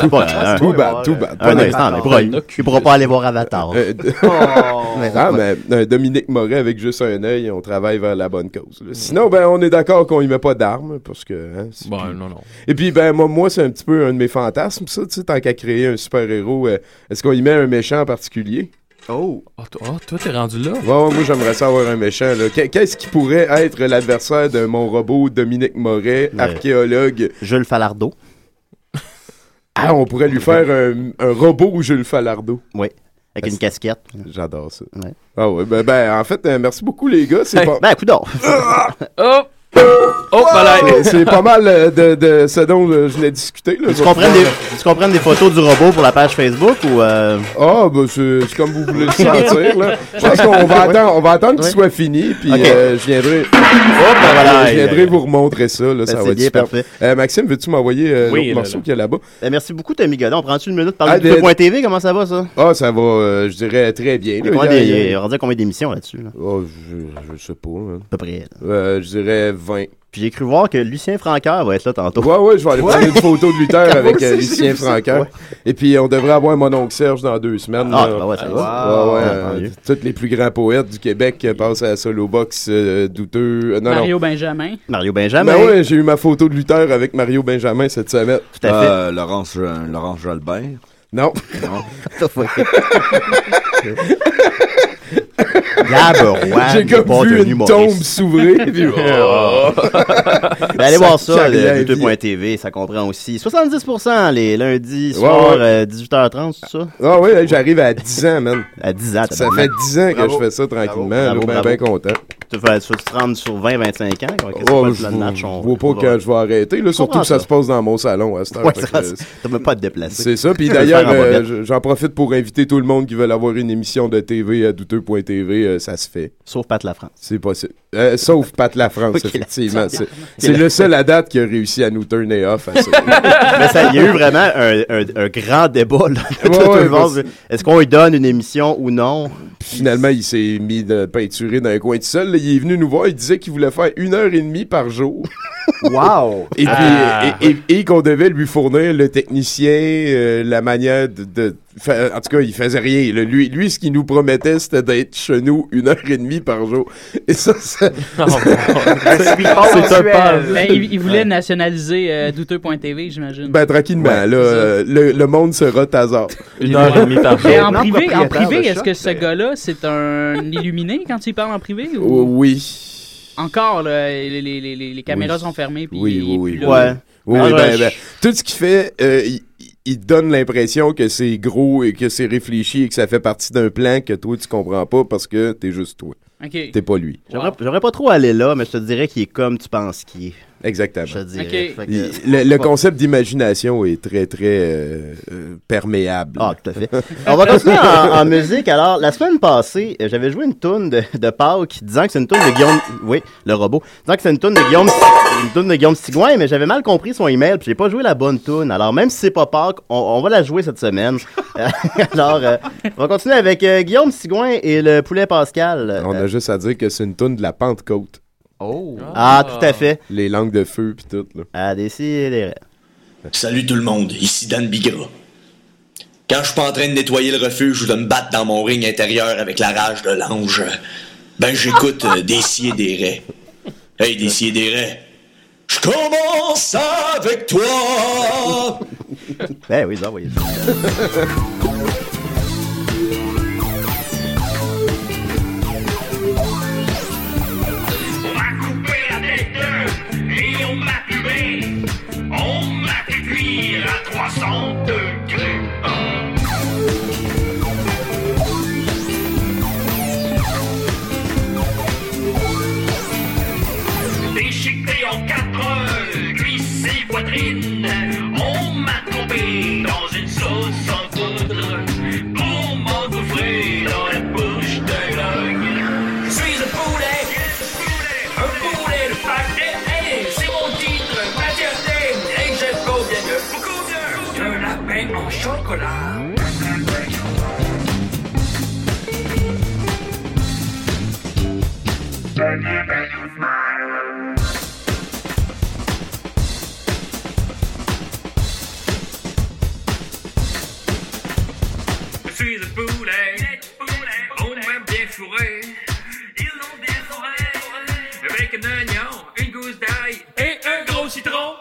Speaker 7: c'est pas hein. grave.
Speaker 9: tout bad, tout bad.
Speaker 7: Un instant, Oh. mais il pourra- il pourra pas aller voir Avatar.
Speaker 9: Euh,
Speaker 12: Oh.
Speaker 9: Ah, mais euh, Dominique Moret, avec juste un œil, on travaille vers la bonne cause. là. Sinon, ben, on est d'accord qu'on y met pas d'armes, parce que... hein, c'est- puis-
Speaker 8: non, non.
Speaker 9: Et puis, ben, moi, moi c'est un petit peu un de mes fantasmes, ça, tu sais, tant qu'à créer un super-héros, euh, est-ce qu'on y met un méchant en particulier?
Speaker 14: Oh!
Speaker 8: Oh, toi, oh, toi, t'es rendu là?
Speaker 9: Ouais, ouais, moi, j'aimerais ça avoir un méchant, là. Qu'est- Qu'est-ce qui pourrait être l'adversaire de mon robot Dominique Moret,
Speaker 7: Ouais.
Speaker 9: archéologue?
Speaker 7: Jules Falardeau.
Speaker 9: Ah, on pourrait lui faire un, un robot Jules Falardeau.
Speaker 7: Oui, avec une casquette.
Speaker 9: J'adore ça. Ah ouais, ben, ben, en fait, euh, merci beaucoup, les gars. C'est pas...
Speaker 7: Ben, coudonc.
Speaker 8: (laughs) Oh! Oh,
Speaker 9: C'est- C'est pas mal euh, de, de ce dont euh, je l'ai discuté. Là,
Speaker 7: Tu comprends des, tu comprends des photos du robot pour la page Facebook ou. euh,
Speaker 9: Ah, ben c'est c'est comme vous voulez le sentir. Là. Je pense qu'on va attendre, on va attendre qu'il
Speaker 7: Ouais.
Speaker 9: soit fini, puis
Speaker 7: Ok. ben,
Speaker 9: euh, je viendrai,
Speaker 7: voilà. Ben,
Speaker 9: je viendrai vous remontrer ça. Là, ça
Speaker 7: c'est
Speaker 9: va être
Speaker 7: bien
Speaker 9: super.
Speaker 7: parfait.
Speaker 9: Euh, Maxime, veux-tu m'envoyer euh,
Speaker 7: Oui,
Speaker 9: l'autre
Speaker 7: là,
Speaker 9: morceau
Speaker 7: là.
Speaker 9: qu'il y a là-bas?
Speaker 7: Ben, merci beaucoup, Tommy Godin. On prend-tu une minute par
Speaker 9: Ah,
Speaker 7: parler de
Speaker 9: ben-
Speaker 7: Point.tv? Comment ça va, ça?
Speaker 9: Ah, ça va, euh, je dirais, très bien.
Speaker 7: Il y
Speaker 9: là.
Speaker 7: a combien
Speaker 9: Il y a-
Speaker 7: des-
Speaker 9: il y a-
Speaker 7: il y a rendu à combien d'émissions là-dessus? là?
Speaker 9: Oh, je, je sais pas. hein.
Speaker 7: À peu près. là.
Speaker 9: Euh, je dirais 20.
Speaker 7: Puis j'ai cru voir que Lucien Francaire va être là tantôt.
Speaker 9: Ouais, ouais, je vais aller prendre une photo de lutteur
Speaker 7: (laughs) Moi
Speaker 9: avec
Speaker 7: aussi,
Speaker 9: euh,
Speaker 7: j'ai
Speaker 9: Lucien
Speaker 7: vu ça.
Speaker 9: Francaire.
Speaker 7: Ouais.
Speaker 9: Et puis, on devrait avoir mon oncle Serge dans deux semaines.
Speaker 7: Ah,
Speaker 9: là.
Speaker 7: ben ouais, ça
Speaker 9: Ouais,
Speaker 7: va.
Speaker 9: ouais,
Speaker 7: Ah,
Speaker 9: euh,
Speaker 7: tant mieux.
Speaker 9: tous les plus grands poètes du Québec euh, passent à la solo box euh, douteux. euh, non,
Speaker 10: Mario
Speaker 9: non. (laughs)
Speaker 10: Benjamin.
Speaker 7: Mario
Speaker 9: Ben ouais, j'ai eu ma photo de lutteur avec Mario Benjamin cette semaine.
Speaker 7: Tout à
Speaker 12: Euh, Laurence, euh, Laurence Jalbert.
Speaker 9: Non.
Speaker 7: (laughs) Gab Roy
Speaker 9: J'ai
Speaker 7: n'est
Speaker 9: comme
Speaker 7: pas
Speaker 9: vu
Speaker 7: un
Speaker 9: une
Speaker 7: humoriste.
Speaker 9: tombe s'ouvrir.
Speaker 7: (laughs)
Speaker 9: puis- Oh.
Speaker 7: Ben, allez voir ça,
Speaker 9: Sacré vie.
Speaker 7: le douteux.tv, ça comprend aussi. 70% les lundis soir,
Speaker 9: Ouais, ouais.
Speaker 7: euh, 18h30, tout ça?
Speaker 9: Ah oui, là, j'arrive à 10 ans, man.
Speaker 7: À 10 ans,
Speaker 9: Ça
Speaker 7: tabarnak.
Speaker 9: fait 10 ans que
Speaker 7: Bravo.
Speaker 9: je fais ça tranquillement. là,
Speaker 7: Bravo,
Speaker 9: ben,
Speaker 7: bravo.
Speaker 9: ben content.
Speaker 7: Tu vas tu vas te rendre sur 20-25 ans? quoi, qu'est-ce que
Speaker 9: Oh,
Speaker 7: c'est
Speaker 9: je
Speaker 7: pas le plan de match, on-
Speaker 9: vois
Speaker 7: on
Speaker 9: pas
Speaker 7: va-
Speaker 9: quand je vais arrêter. Là, surtout
Speaker 7: comprends
Speaker 9: que ça
Speaker 7: ça.
Speaker 9: se passe dans mon salon à cette heure.
Speaker 7: (laughs) Ouais,
Speaker 9: fait que,
Speaker 7: ça,
Speaker 9: euh,
Speaker 7: t'as même pas à te déplacer.
Speaker 9: C'est
Speaker 7: (laughs)
Speaker 9: ça. Puis
Speaker 7: Tu peux le
Speaker 9: d'ailleurs,
Speaker 7: faire en
Speaker 9: euh,
Speaker 7: bobette.
Speaker 9: je- j'en profite pour inviter tout le monde qui veut avoir une émission de TV à douteux.tv. euh, ça se fait.
Speaker 7: Sauf Pat La France.
Speaker 9: C'est possible. Euh, sauf Pat La France,
Speaker 7: Ok,
Speaker 9: effectivement.
Speaker 7: là-dessus.
Speaker 9: C'est c'est le seul à date qui a réussi à nous turner off. à ça.
Speaker 7: (laughs) Mais ça, il y a eu vraiment un, un- un grand débat. là. Tout
Speaker 9: ouais,
Speaker 7: le monde,
Speaker 9: parce-
Speaker 7: Est-ce qu'on lui donne une émission ou non?
Speaker 9: Finalement, il s'est mis de peinturer dans un coin tout seul. là. il est venu nous voir. Il disait qu'il voulait faire une heure et demie par jour.
Speaker 11: Wow!
Speaker 9: Et, puis,
Speaker 8: Ah.
Speaker 9: et, et- et qu'on devait lui fournir le technicien, euh, la manière de, de- fa- En tout cas, il faisait rien. là. Lui, lui, ce qu'il nous promettait, c'était d'être chez nous une heure et demie par jour. Et ça,
Speaker 8: (laughs)
Speaker 9: ça-
Speaker 8: Oh,
Speaker 10: Ben, il, il voulait nationaliser euh, douteux.tv, j'imagine.
Speaker 9: Ben, tranquillement,
Speaker 10: Ouais,
Speaker 9: là, euh, le, le monde sera hasard.
Speaker 8: Une heure et demie par jour.
Speaker 10: Mais en privé, en
Speaker 8: propriétaire
Speaker 10: privé
Speaker 8: de
Speaker 10: est-ce
Speaker 8: choc,
Speaker 10: que ce gars-là, c'est un (laughs) illuminé quand il parle en privé?
Speaker 7: Oh,
Speaker 10: Ou...
Speaker 9: Oui.
Speaker 10: Encore, là, les, les- les- les- les caméras
Speaker 9: Oui.
Speaker 10: sont fermées. Puis
Speaker 9: Oui,
Speaker 10: il est
Speaker 9: oui, oui. oui.
Speaker 10: plus là.
Speaker 9: Oui,
Speaker 10: Ah,
Speaker 9: oui,
Speaker 10: ouais,
Speaker 9: ben,
Speaker 10: je-
Speaker 9: ben, tout ce qu'il fait, euh, il, il donne l'impression que c'est gros et que c'est réfléchi et que ça fait partie d'un plan que toi, tu comprends pas parce que t'es juste toi.
Speaker 10: Ok.
Speaker 9: T'es pas lui.
Speaker 7: J'aimerais j'aimerais pas trop aller là, mais je te dirais qu'il est comme tu penses qu'il est.
Speaker 9: Exactement.
Speaker 7: Je te dirais.
Speaker 10: Ok.
Speaker 7: Fait que-
Speaker 9: Il- le, le concept d'imagination est très, très euh, euh, perméable. Ah,
Speaker 7: tout à fait. On va continuer en, en musique. Alors, la semaine passée, euh, j'avais joué une toune de, de Pâques disant que c'est une toune de Guillaume... Oui, le robot. Disant que c'est une toune de Guillaume, une toune de Guillaume Sigouin, mais j'avais mal compris son email, puis j'ai pas joué la bonne toune. Alors, même si c'est pas Pâques, on, on va la jouer cette semaine. (laughs) Euh, Alors, euh, on va continuer avec euh, Guillaume Sigouin et le poulet Pascal. euh,
Speaker 9: On a juste à dire que c'est une toune de la Pentecôte.
Speaker 11: Oh!
Speaker 7: Ah, tout à fait.
Speaker 9: Les langues de feu puis tout. Là.
Speaker 7: Ah, des
Speaker 15: Salut tout le monde, ici Dan Bigra. Quand je suis pas en train de nettoyer le refuge ou de me battre dans mon ring intérieur avec la rage de l'ange, Ben, j'écoute euh, des si et des raies. Hey, des si et des raies. Je commence avec toi.
Speaker 7: Ben oui, ça, oui.
Speaker 5: Et on m'a fumé, on m'a fait cuire à 300 degrés. Déchiqueté en quatre, cuisse et poitrine, on m'a tombé dans une sauce en poudre pour m'engouffrer dans la bouche de l'ogne. Je suis un poulet, un poulet de pâté, c'est mon titre maternel et je conviens de beaucoup de de la paix en chocolat. Je suis un poulet, on m'a bien fourré. Ils l'ont bien fourré. Avec un oignon, une gousse d'ail et un gros citron.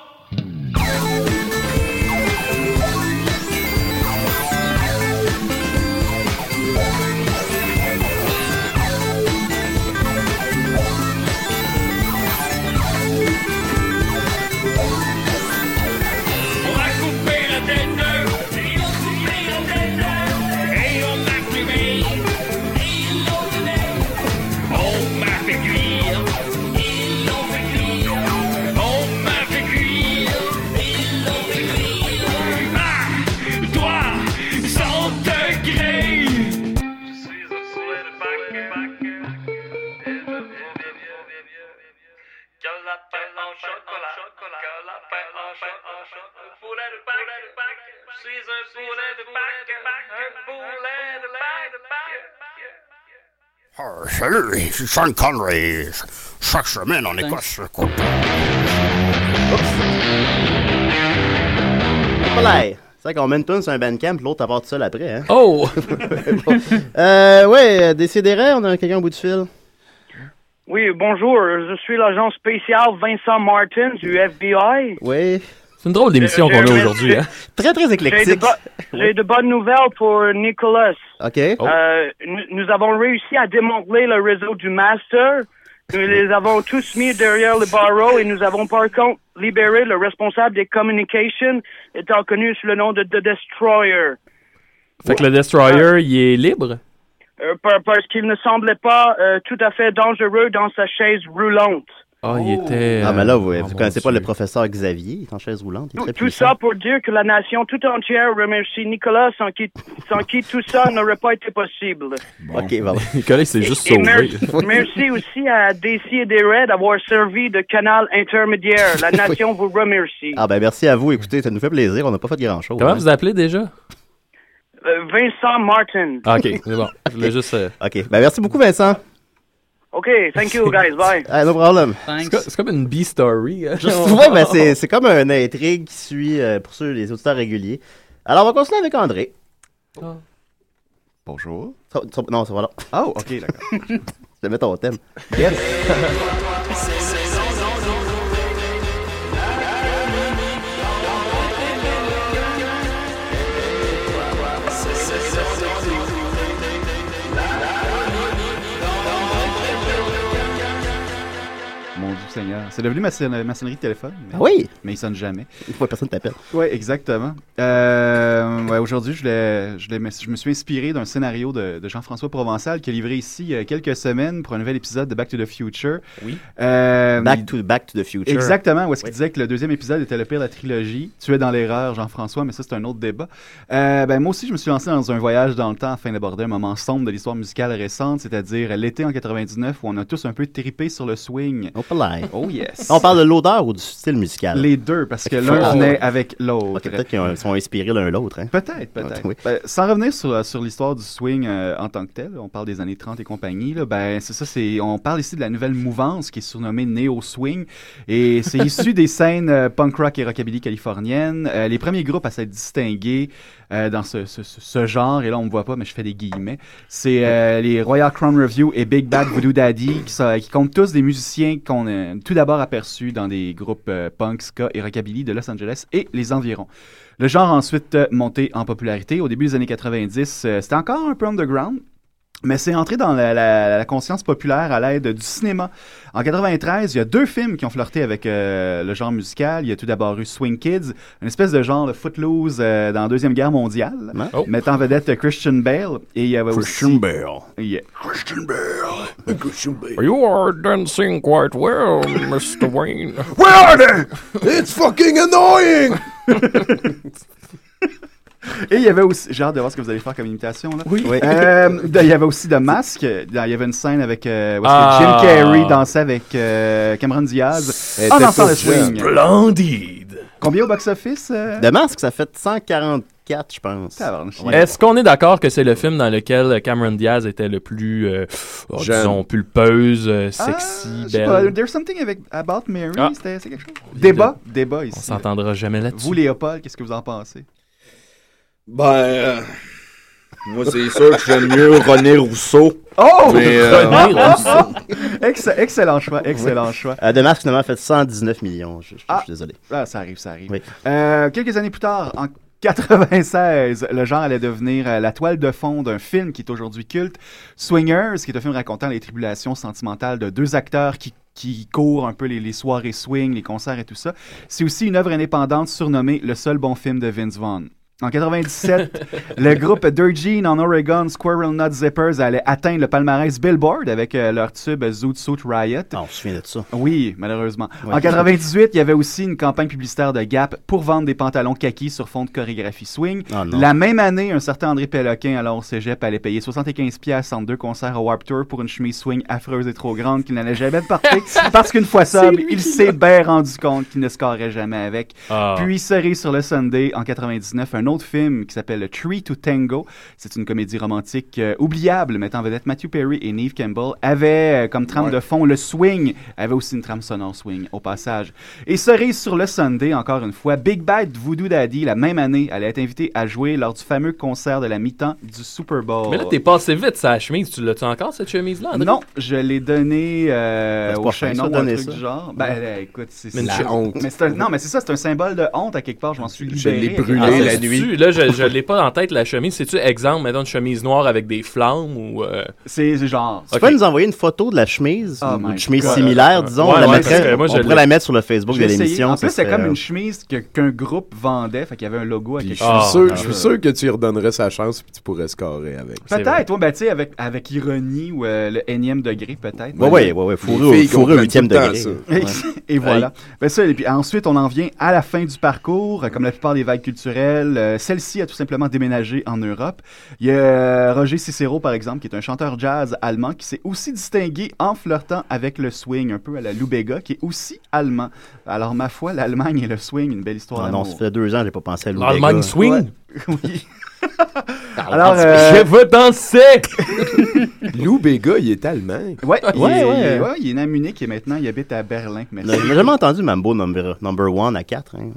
Speaker 5: On m'a coupé la tête, et on coupé la tête, et on m'a fumé, et l'ont donné. On m'a fait cuire, ils l'ont fait cuire, on m'a fait cuire, ils l'ont fait cuire. Ah, toi, sans degrés.
Speaker 16: Salut, c'est Sean Connery. Chaque semaine en Écosse, je coupe.
Speaker 7: Voilà. C'est vrai qu'on met une tune sur un bandcamp, l'autre apporte ça après. Hein? (laughs)
Speaker 8: Oh!
Speaker 7: euh, ouais, décidérez, on a quelqu'un au bout du fil.
Speaker 17: Oui, bonjour. Je suis l'agent spécial Vincent Martin du FBI.
Speaker 7: Oui.
Speaker 8: C'est une drôle d'émission
Speaker 17: Euh,
Speaker 8: Oh, qu'on a
Speaker 17: euh,
Speaker 8: aujourd'hui, hein?
Speaker 7: Très, très
Speaker 17: J'ai de, bo- j'ai de bonnes nouvelles pour Nicolas.
Speaker 7: OK.
Speaker 8: Oh.
Speaker 17: Euh, nous, nous avons réussi à démanteler le réseau du master. Nous les avons tous mis derrière le barreau et nous avons par contre libéré le responsable des communications, étant connu sous le nom de The Destroyer.
Speaker 8: Fait que le Destroyer, il est libre?
Speaker 17: Euh, par- parce qu'il ne semblait pas euh, tout à fait dangereux dans sa chaise roulante.
Speaker 8: Ah, il était.
Speaker 7: Ah, mais là, vous
Speaker 8: euh,
Speaker 7: ne connaissez pas le professeur Xavier, il est en chaise roulante. Il est très
Speaker 17: Tout ça pour dire que la nation tout entière remercie Nicolas sans qui, sans qui tout ça n'aurait pas été
Speaker 7: (laughs)
Speaker 17: possible.
Speaker 8: (laughs)
Speaker 7: Ok, pardon.
Speaker 8: Nicolas, c'est juste
Speaker 17: Et
Speaker 8: sauvé.
Speaker 7: (laughs)
Speaker 17: merci, merci aussi à DC et Desraies d'avoir servi de canal intermédiaire.
Speaker 7: (laughs)
Speaker 17: La nation vous remercie.
Speaker 7: Ah, ben merci à vous, écoutez, ça nous fait plaisir, on n'a pas fait grand-chose.
Speaker 8: Comment
Speaker 7: hein.
Speaker 8: vous appelez déjà?
Speaker 17: Euh, Vincent Martin.
Speaker 8: Ah, ok, c'est bon. Je voulais juste. euh,
Speaker 7: Ok, ben merci beaucoup, Vincent.
Speaker 17: OK, thank you guys,
Speaker 7: (laughs)
Speaker 17: bye.
Speaker 7: Ah, no problem.
Speaker 8: C'est co- c'est comme une B-story. hein.
Speaker 7: (laughs) ouais, ben c'est, c'est comme une intrigue qui suit euh, pour ceux, les auditeurs réguliers. Alors, on va continuer avec André. Bonjour. non, ça va là. Oh, ok, d'accord. (laughs) Je te mets ton thème. Yes.
Speaker 14: Mon Dieu Seigneur. C'est devenu ma, sonne- ma sonnerie de téléphone. mais-
Speaker 7: Ah oui?
Speaker 14: Mais il sonne jamais.
Speaker 7: personne t'appelle.
Speaker 14: Oui, exactement. Euh, ouais, Aujourd'hui, je, l'ai- je, l'ai- je me suis inspiré d'un scénario de, de Jean-François Provençal qui est livré ici il y a quelques semaines pour un nouvel épisode de Back to the Future. Euh,
Speaker 7: Oui.
Speaker 14: back,
Speaker 7: to, back to the Future.
Speaker 14: Exactement, où est-ce qu'il
Speaker 7: Oui.
Speaker 14: disait que le deuxième épisode était le pire de la trilogie. Tu es dans l'erreur, Jean-François, mais ça, c'est un autre débat. Euh, ben, moi aussi, je me suis lancé dans un voyage dans le temps afin d'aborder un moment sombre de l'histoire musicale récente, c'est-à-dire l'été en 99 où on a tous un peu tripé sur le swing.
Speaker 7: Night.
Speaker 14: Oh yes.
Speaker 7: On parle de l'odeur ou du style musical?
Speaker 14: Les deux, parce que l'un
Speaker 7: Ah,
Speaker 14: venait
Speaker 7: ouais.
Speaker 14: avec l'autre.
Speaker 7: Ok, peut-être qu'ils ont- sont inspirés l'un l'autre. Hein?
Speaker 14: Peut-être, peut-être.
Speaker 7: Oui.
Speaker 14: Ben, sans revenir sur, sur l'histoire du swing euh, en tant que tel, on parle des années 30 et compagnie, là, ben, c'est ça, c'est, on parle ici de la nouvelle mouvance qui est surnommée Neo Swing, et
Speaker 7: (laughs)
Speaker 14: c'est issu des scènes euh, punk rock et rockabilly californiennes. Euh, les premiers groupes à s'être distingués euh, dans ce, ce- ce- ce genre, et là on me voit pas, mais je fais des guillemets, c'est euh, les Royal Crown Review et Big Bad Voodoo Daddy, qui, sont- qui comptent tous des musiciens qu'on a tout d'abord aperçus dans des groupes euh, punk, ska et rockabilly de Los Angeles et les environs. Le genre a ensuite euh, monté en popularité. Au début des années 90, euh, c'était encore un peu underground. Mais c'est entré dans la, la- la conscience populaire à l'aide du cinéma. En 93, il y a deux films qui ont flirté avec euh, le genre musical. Il y a tout d'abord eu Swing Kids, une espèce de genre de footloose euh, dans la Deuxième Guerre mondiale, mettant en vedette Christian Bale. Et il y avait Christian
Speaker 16: Bale.
Speaker 14: Yeah.
Speaker 16: Christian Bale. Christian Bale.
Speaker 18: You are dancing quite well, Mr.
Speaker 14: (laughs)
Speaker 18: Wayne.
Speaker 16: Where are they? It's fucking annoying!
Speaker 14: Et il y avait aussi, j'ai hâte de voir ce que vous allez faire comme imitation là.
Speaker 16: Oui.
Speaker 14: (laughs) Euh, de- il y avait aussi The Mask. euh, dans- Il y avait une scène avec euh, où est-ce
Speaker 18: Ah.
Speaker 14: que Jim Carrey dansait avec euh, Cameron Diaz
Speaker 7: Elle
Speaker 14: en
Speaker 7: était
Speaker 14: dansant le
Speaker 7: toute
Speaker 14: swing.
Speaker 7: splendide.
Speaker 14: Combien au box-office euh?
Speaker 7: De masque, ça fait 144, je pense. Ouais.
Speaker 8: Est-ce qu'on est d'accord que c'est le film dans lequel Cameron Diaz était le plus, euh, oh,
Speaker 14: Jeune. Ah,
Speaker 8: disons, pulpeuse, euh, sexy,
Speaker 14: Je sais pas,
Speaker 8: belle?
Speaker 14: There's something avec About Mary.
Speaker 8: Ah.
Speaker 14: c'était- C'est quelque chose. Débat, débat
Speaker 8: On
Speaker 14: ici.
Speaker 8: s'entendra jamais là-dessus.
Speaker 14: Vous, Léopold, qu'est-ce que vous en pensez
Speaker 12: Ben, euh, moi, c'est sûr que j'aime mieux René Rousseau.
Speaker 14: Oh!
Speaker 7: (laughs)
Speaker 12: Mais,
Speaker 14: (laughs)
Speaker 12: euh,
Speaker 14: Ex- excellent choix, excellent choix.
Speaker 7: Euh, de masque, finalement, a fait 119 millions. Je, je- je
Speaker 14: Ah.
Speaker 7: suis désolé.
Speaker 14: Ah, ça arrive, ça arrive.
Speaker 7: Oui.
Speaker 14: Euh, quelques années plus tard, en 96, le genre allait devenir euh, la toile de fond d'un film qui est aujourd'hui culte, Swingers, qui est un film racontant les tribulations sentimentales de deux acteurs qui qui courent un peu les, les soirées swing, les concerts et tout ça. C'est aussi une œuvre indépendante surnommée Le seul bon film de Vince Vaughn. En
Speaker 7: (laughs)
Speaker 14: 97, le groupe Dirt Jean en Oregon, Squirrel Nut Zippers, allait atteindre le palmarès Billboard avec euh, leur tube Zoot Suit Riot.
Speaker 7: Ah, on se souvient de ça.
Speaker 14: Oui, malheureusement.
Speaker 7: Ouais.
Speaker 14: En 98, il y avait aussi une campagne publicitaire de Gap pour vendre des pantalons kaki sur fond de chorégraphie swing.
Speaker 7: Ah, non.
Speaker 14: La même année, un certain André Péloquin, alors au cégep, allait payer 75$ en deux concerts à Warped Tour pour une chemise swing affreuse et trop grande qu'il n'allait jamais
Speaker 18: (laughs)
Speaker 14: porter parce qu'une fois
Speaker 18: C'est
Speaker 14: sobre,
Speaker 18: lui
Speaker 14: il
Speaker 18: qui
Speaker 14: s'est
Speaker 18: l'a.
Speaker 14: bien rendu compte qu'il ne scorerait jamais avec.
Speaker 18: Ah.
Speaker 14: Puis, cerise sur le Sunday, en 99, un autre film qui s'appelle Tree to Tango. C'est une comédie romantique euh, oubliable mettant en vedette Matthew Perry et Neve Campbell avait euh, comme trame
Speaker 18: Ouais.
Speaker 14: de fond le swing, avait aussi une trame sonore swing au passage. Et cerise sur le Sunday, encore une fois, Big Bad Voodoo Daddy, la même année, allait être invité à jouer lors du fameux concert de la mi-temps du Super Bowl.
Speaker 8: Mais là, t'es passé vite, sa chemise. Tu l'as-tu encore, cette chemise-là, André?
Speaker 14: Non, je l'ai donné euh,
Speaker 8: Ben, c'est
Speaker 14: au
Speaker 8: pas fin,
Speaker 14: chaînon
Speaker 8: ça,
Speaker 14: ou un
Speaker 8: donner
Speaker 14: truc
Speaker 8: ça.
Speaker 14: du genre. Ben,
Speaker 8: Ouais.
Speaker 14: euh, écoute, c'est
Speaker 8: Mais une
Speaker 14: c'est-
Speaker 8: honte.
Speaker 14: Mais c'est un- non, mais c'est ça, c'est un symbole de honte à quelque part. Je m'en suis libéré.
Speaker 9: l'ai brûlé
Speaker 8: Ah,
Speaker 9: la
Speaker 8: c'est-tu-
Speaker 9: nuit.
Speaker 8: (laughs) Là, je,
Speaker 7: (laughs)
Speaker 8: je l'ai pas en tête, la chemise. C'est-tu exemple, mettons, une chemise noire avec des flammes ou. euh,
Speaker 14: C'est genre.
Speaker 7: Tu peux nous envoyer une photo de la chemise,
Speaker 14: Oh
Speaker 7: ou
Speaker 14: my
Speaker 7: une chemise
Speaker 14: God.
Speaker 7: similaire, disons,
Speaker 8: Ouais,
Speaker 7: on, la
Speaker 8: ouais,
Speaker 7: mettrait-
Speaker 14: euh,
Speaker 8: parce que moi,
Speaker 7: on
Speaker 8: je
Speaker 7: pourrait
Speaker 8: l'ai-
Speaker 7: la mettre sur le Facebook
Speaker 14: Je
Speaker 7: de
Speaker 14: vais essayer.
Speaker 7: l'émission.
Speaker 14: En
Speaker 7: ça
Speaker 14: plus, c'est
Speaker 7: serait- euh,
Speaker 14: comme une chemise que- qu'un groupe vendait, fait qu'il y avait un logo à
Speaker 9: Puis
Speaker 14: quelque Ah,
Speaker 9: je suis,
Speaker 14: chose.
Speaker 9: sûr, je suis sûr que tu lui redonnerais sa chance puis tu pourrais scorer avec.
Speaker 14: Peut-être, ouais, ben, tu sais, avec, avec ironie ou euh, le énième degré, peut-être.
Speaker 9: Ouais, ouais, ouais, ouais, fourré au- Les filles fourré au comprennent huitième tout le temps degré. ça. Ouais.
Speaker 14: (laughs) Et, voilà. Ben, ça, et puis ensuite, on en vient à la fin du parcours, euh, comme la plupart des vagues culturelles. euh, Celle-ci a tout simplement déménagé en Europe. Il y a euh, Roger Cicero, par exemple, qui est un chanteur jazz allemand qui s'est aussi distingué en flirtant avec le swing, un peu à la Lubega, qui est aussi allemand. Alors, ma foi, l'Allemagne et le swing, une belle histoire
Speaker 7: Ah non,
Speaker 14: d'amour.
Speaker 7: ça fait deux ans, j'ai pas pensé à Lou
Speaker 14: L'Allemagne
Speaker 7: Bega.
Speaker 14: swing?
Speaker 7: Ouais.
Speaker 14: Oui.
Speaker 7: Alors,
Speaker 14: euh,
Speaker 9: je veux danser! Lou Béga, il est allemand.
Speaker 14: (laughs) Ouais, il,
Speaker 7: Ouais,
Speaker 14: est,
Speaker 7: ouais.
Speaker 14: il est- ouais, il est né à Munich et maintenant il habite à Berlin.
Speaker 7: (laughs)
Speaker 14: Merci.
Speaker 7: J'ai jamais entendu Mambo number, number one à 4. Hein.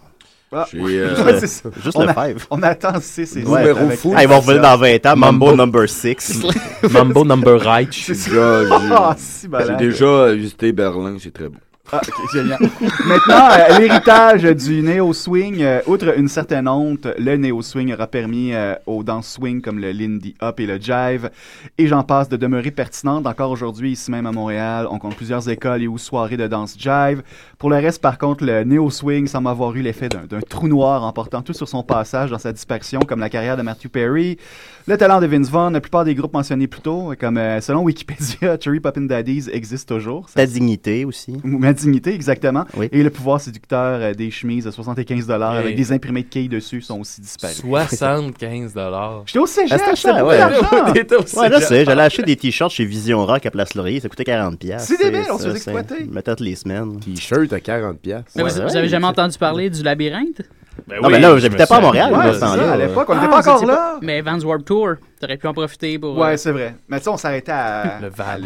Speaker 14: Ah.
Speaker 7: J'ai, euh,
Speaker 14: (laughs) Ouais, c'est ça.
Speaker 7: Juste
Speaker 14: on
Speaker 7: le
Speaker 14: a-
Speaker 7: 5.
Speaker 14: On attend 6 et
Speaker 7: Ouais,
Speaker 14: sept
Speaker 7: avec-
Speaker 14: avec-
Speaker 7: Ah, ils vont revenir dans 20 ans, Mambo,
Speaker 12: (laughs)
Speaker 7: number 6.
Speaker 8: Mambo number right.
Speaker 14: Ah, si
Speaker 12: J'ai
Speaker 14: malade.
Speaker 12: déjà visité Berlin, c'est très beau.
Speaker 14: Ah, ok, génial. (laughs) Maintenant, euh, l'héritage du néo-swing, euh, outre une certaine honte, le néo-swing aura permis euh, aux danses swing comme le Lindy Hop et le Jive, et j'en passe, de demeurer pertinentes. Encore aujourd'hui, ici même à Montréal, on compte plusieurs écoles et ou soirées de danse Jive. Pour le reste, par contre, le néo-swing semble avoir eu l'effet d'un d'un trou noir emportant tout sur son passage dans sa disparition, comme la carrière de Matthew Perry, le talent de Vince Vaughn, la plupart des groupes mentionnés (laughs) plus tôt, comme euh, selon Wikipédia, Cherry Poppin' Daddies existe toujours.
Speaker 7: Ta dignité aussi.
Speaker 14: Ma dignité, exactement. Et le pouvoir séducteur euh, des chemises à 75 dollars avec
Speaker 8: Hey.
Speaker 14: des imprimés de quilles dessus sont aussi disparus.
Speaker 7: (laughs)
Speaker 8: 75 dollars.
Speaker 14: J'étais au cégep,
Speaker 7: Ah,
Speaker 14: j'étais beaucoup (laughs)
Speaker 8: (laughs)
Speaker 14: d'argent.
Speaker 7: ouais. Ouais, là, c'est, j'allais acheter des t-shirts chez Vision Rock à Place Laurier, ça coûtait 40 pièces.
Speaker 14: C'est débile, on se faisait
Speaker 7: exploiter. Mettait toutes les semaines.
Speaker 9: T-shirt à 40 pièces.
Speaker 10: Mais vous, vous avez jamais entendu parler du labyrinthe? Ah,
Speaker 7: Non, oui, mais là, j'habitais je me pas à Montréal, souviens.
Speaker 14: Ouais, c'est ça, à l'époque, on n'était pas
Speaker 10: vous
Speaker 14: encore
Speaker 10: étiez
Speaker 14: là.
Speaker 10: Mais Vans Warp Tour, t'aurais pu en profiter pour...
Speaker 14: Ouais,
Speaker 10: euh,
Speaker 14: c'est vrai. Mais tu sais, on s'arrêtait
Speaker 8: (laughs)
Speaker 14: à. le Val.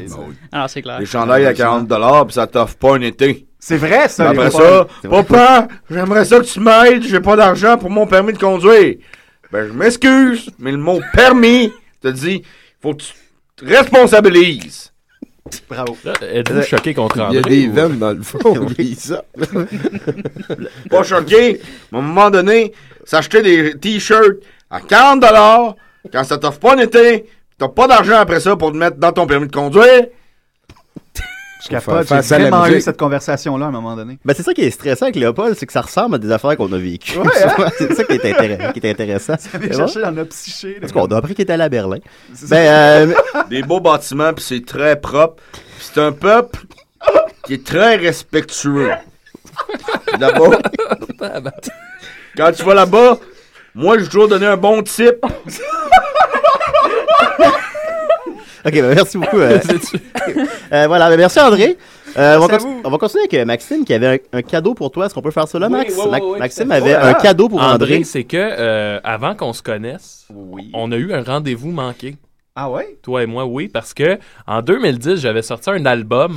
Speaker 10: Alors, c'est clair.
Speaker 12: Les chandails à 40 dollars, puis ça t'offre pas un été.
Speaker 14: C'est vrai, ça,
Speaker 12: Après
Speaker 14: les
Speaker 12: ça,
Speaker 14: pommes. C'est vrai.
Speaker 12: papa, j'aimerais ça que tu m'aides, j'ai pas d'argent pour mon permis de conduire. Ben, je m'excuse, mais le mot (laughs) permis te dit, faut que tu te responsabilises.
Speaker 14: Bravo. Euh,
Speaker 8: Êtes-vous choqué contre
Speaker 12: Il y a
Speaker 8: André? euh?
Speaker 12: des veines
Speaker 9: dans le
Speaker 8: (laughs)
Speaker 9: fond, ça.
Speaker 12: (laughs) pas choqué, mais à un moment donné, s'acheter des t-shirts à 40 dollars quand ça t'offre pas un été, pis t'as pas d'argent après ça pour te mettre dans ton permis de conduire.
Speaker 14: Je capote, J'ai vraiment eu cette conversation-là à un moment donné.
Speaker 7: Ben, c'est ça qui est stressant avec Léopold, c'est que ça ressemble à des affaires qu'on a vécues. (laughs)
Speaker 14: Ouais, hein?
Speaker 7: c'est ça qui est, intér- qui est intéressant.
Speaker 14: (laughs) Ça vient
Speaker 7: Mais
Speaker 14: chercher
Speaker 7: bon.
Speaker 14: dans notre psyché. là.
Speaker 7: Parce qu'on a appris qu'il était allé à Berlin.
Speaker 14: C'est
Speaker 7: Ben, euh,
Speaker 12: (laughs) Des beaux bâtiments, puis c'est très propre. Puis c'est un peuple qui est très respectueux. D'abord, quand tu vas là-bas, moi, je vais toujours donner un bon type.
Speaker 7: OK, ben merci beaucoup. euh, (laughs) euh, voilà, ben merci André. Euh, on, va
Speaker 12: Merci à
Speaker 7: conti- on va continuer avec euh, Maxime qui avait un, un cadeau pour toi. Est-ce qu'on peut faire ça là, Max?
Speaker 8: Oui, oui, oui,
Speaker 7: Max-
Speaker 8: oui,
Speaker 7: Maxime
Speaker 8: tout à fait.
Speaker 7: avait un cadeau pour André.
Speaker 8: c'est que euh, avant qu'on se connaisse, on a eu un rendez-vous manqué.
Speaker 14: Ah ouais?
Speaker 8: Toi et moi, oui, parce que en 2010, j'avais sorti un album,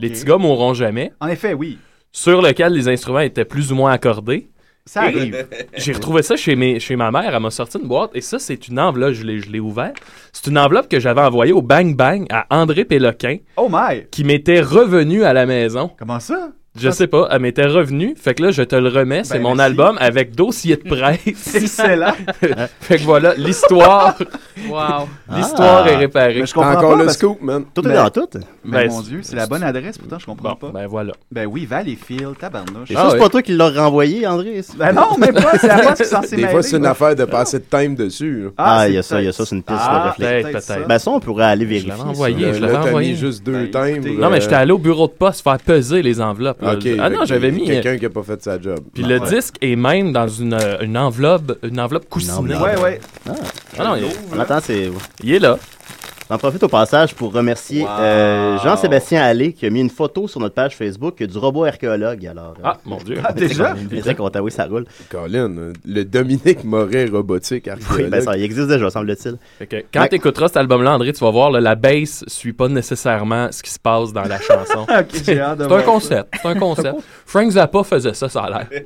Speaker 8: Les petits gars mourront jamais,
Speaker 14: En effet, oui.
Speaker 8: sur lequel les instruments étaient plus ou moins accordés.
Speaker 14: Ça
Speaker 8: Et
Speaker 14: arrive.
Speaker 8: J'ai retrouvé ça chez, mes, chez ma mère. Elle m'a sorti une boîte et ça, c'est une enveloppe. Je l'ai, je l'ai ouverte. C'est une enveloppe que j'avais envoyée au Bang Bang à André Péloquin.
Speaker 14: Oh my!
Speaker 8: Qui m'était revenu à la maison.
Speaker 14: Comment ça?
Speaker 8: Je sais pas, elle m'était revenue. Fait que là, je te le remets. C'est
Speaker 14: Ben,
Speaker 8: mon
Speaker 14: merci.
Speaker 8: album avec dossier de presse.
Speaker 14: (laughs) Excellent.
Speaker 8: (laughs) fait que voilà, l'histoire.
Speaker 14: (laughs) Wow.
Speaker 8: L'histoire
Speaker 14: Ah.
Speaker 8: est réparée.
Speaker 14: Mais je comprends T'as encore pas, le parce- scoop, man. Tout est dans tout. Mais
Speaker 8: Ben,
Speaker 14: mon Dieu, c'est la bonne adresse, pourtant, je comprends pas.
Speaker 8: Ben voilà.
Speaker 14: Ben oui, Valleyfield, tabarnouche.
Speaker 7: Et
Speaker 9: ah
Speaker 7: ça, c'est pas toi qui l'as renvoyé, André?
Speaker 14: Ben non, mais pas, c'est la boîte qui
Speaker 9: (laughs)
Speaker 14: est censée
Speaker 9: Des fois, c'est une
Speaker 14: mêler.
Speaker 9: affaire de passer de time dessus. là.
Speaker 7: Ah, il y a ça, il y a ça, c'est une piste
Speaker 9: Ah,
Speaker 7: de réflexion.
Speaker 9: peut-être, peut-être.
Speaker 7: Ben ça, on pourrait aller vérifier.
Speaker 8: l'avais
Speaker 7: ça.
Speaker 8: envoyé, je
Speaker 7: Là,
Speaker 8: l'avais
Speaker 7: t'as mis
Speaker 8: envoyé.
Speaker 7: juste-
Speaker 9: Euh, Juste deux timbres.
Speaker 8: Non, mais
Speaker 9: euh,
Speaker 8: j'étais allé au bureau de poste faire peser les enveloppes. là.
Speaker 9: Ok,
Speaker 8: ah non,
Speaker 9: ok,
Speaker 8: j'avais mis.
Speaker 9: Quelqu'un qui a pas fait sa job.
Speaker 8: Puis le disque est même dans une, euh, une enveloppe, une enveloppe coussinée.
Speaker 14: Ouais, ouais.
Speaker 8: Ah non, il est-
Speaker 7: On attend, c'est...
Speaker 8: Il est là.
Speaker 7: J'en profite au passage pour remercier euh, Jean-Sébastien Allé qui a mis une photo sur notre page Facebook du robot archéologue. Alors, euh,
Speaker 8: Ah, mon
Speaker 7: (laughs)
Speaker 8: Dieu.
Speaker 9: Ah, déjà?
Speaker 7: Mais c'est content, oui, ça roule.
Speaker 9: Colin, euh, le Dominique Moret robotique
Speaker 8: (laughs)
Speaker 9: archéologue.
Speaker 7: ben ça, il existe déjà, semble-t-il.
Speaker 8: Fait que quand
Speaker 7: Ouais.
Speaker 8: t'écouteras cet album-là, André, tu vas voir, là, la bass suit pas nécessairement ce qui se passe
Speaker 9: (laughs)
Speaker 8: dans la chanson.
Speaker 7: Ok, j'ai
Speaker 8: c'est
Speaker 7: hâte de
Speaker 8: c'est
Speaker 7: voir
Speaker 8: un
Speaker 7: ça.
Speaker 8: concept. C'est un concept. Frank Zappa faisait ça, ça a l'air.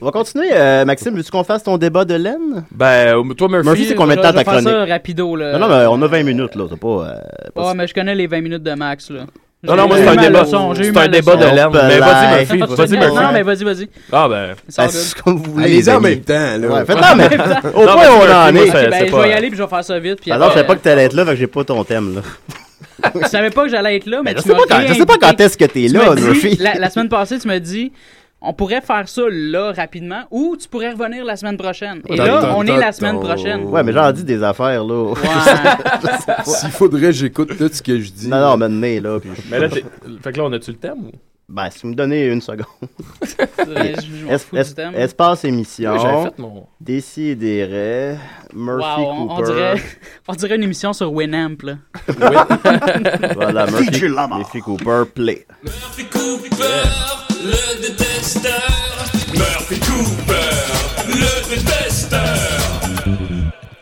Speaker 7: On va continuer, euh, Maxime. Veux-tu qu'on fasse ton débat de laine?
Speaker 8: Ben, euh, toi, Murphy,
Speaker 7: Murphy, c'est combien de temps
Speaker 10: je vais
Speaker 7: ta
Speaker 10: faire ça
Speaker 7: chronique?
Speaker 10: rapido, là.
Speaker 7: Non, non, mais on a 20 minutes, là. T'as pas... euh,
Speaker 10: Ah, mais je connais les 20 minutes de Max, là.
Speaker 8: Non,
Speaker 10: J'ai-
Speaker 8: non, moi,
Speaker 10: j'ai
Speaker 8: c'est
Speaker 10: eu
Speaker 8: un
Speaker 10: ma
Speaker 8: débat.
Speaker 10: leçon, j'ai eu
Speaker 8: C'est
Speaker 10: ma
Speaker 8: un débat de
Speaker 10: leçon.
Speaker 8: laine. Mais vas-y,
Speaker 10: Non,
Speaker 8: Murphy. Vas-y, Murphy.
Speaker 10: Non, mais vas-y, vas-y.
Speaker 8: Ah, ben.
Speaker 10: Ça va, dude.
Speaker 7: comme vous voulez.
Speaker 9: Allez-y
Speaker 7: les
Speaker 9: en
Speaker 7: amis.
Speaker 9: même temps, là.
Speaker 7: Ouais, faites
Speaker 9: (laughs)
Speaker 7: en même temps. Au
Speaker 9: Non,
Speaker 7: point où
Speaker 9: mais
Speaker 7: on
Speaker 9: tu
Speaker 7: en
Speaker 9: veux-
Speaker 7: est.
Speaker 9: moi, c'est-
Speaker 10: Ben, je vais y aller, puis je vais faire ça vite. Puis
Speaker 7: Par exemple, je
Speaker 10: après, euh,
Speaker 7: savais pas que t'allais être là, fait que j'ai pas ton thème, là.
Speaker 10: Je savais pas que j'allais être là, mais
Speaker 7: Ben, je
Speaker 10: tu
Speaker 7: sais
Speaker 10: m'as
Speaker 7: pas quand- je sais pas
Speaker 10: réinvité.
Speaker 7: quand est-ce que t'es
Speaker 10: Tu
Speaker 7: là,
Speaker 10: m'as dit-
Speaker 7: Murphy.
Speaker 10: La, la semaine passée, tu m'as dit, on pourrait faire ça là rapidement, ou tu pourrais revenir la semaine prochaine. Et là, on est la semaine prochaine.
Speaker 7: Ouais, mais j'en dis des affaires, (laughs) là.
Speaker 9: S'il faudrait, j'écoute tout ce que je dis.
Speaker 7: Non, non, maintenant, là. Puis je-
Speaker 8: Mais là, t'es- fait que là, on a-tu le thème ou?
Speaker 7: Ben, si vous me donnez
Speaker 10: (laughs)
Speaker 7: une seconde.
Speaker 8: je m'en
Speaker 7: Es-
Speaker 8: fous du
Speaker 7: es-
Speaker 8: thème.
Speaker 7: Espace émission.
Speaker 8: Oui, j'avais fait mon-
Speaker 7: Décidérez. Murphy
Speaker 10: Wow, on, on
Speaker 7: Cooper.
Speaker 10: dirait, (laughs) on dirait une émission sur Winamp, là. (laughs)
Speaker 7: (laughs) voilà, Murphy, Murphy Cooper, play.
Speaker 15: le détesteur. Murphy Cooper, le détesteur.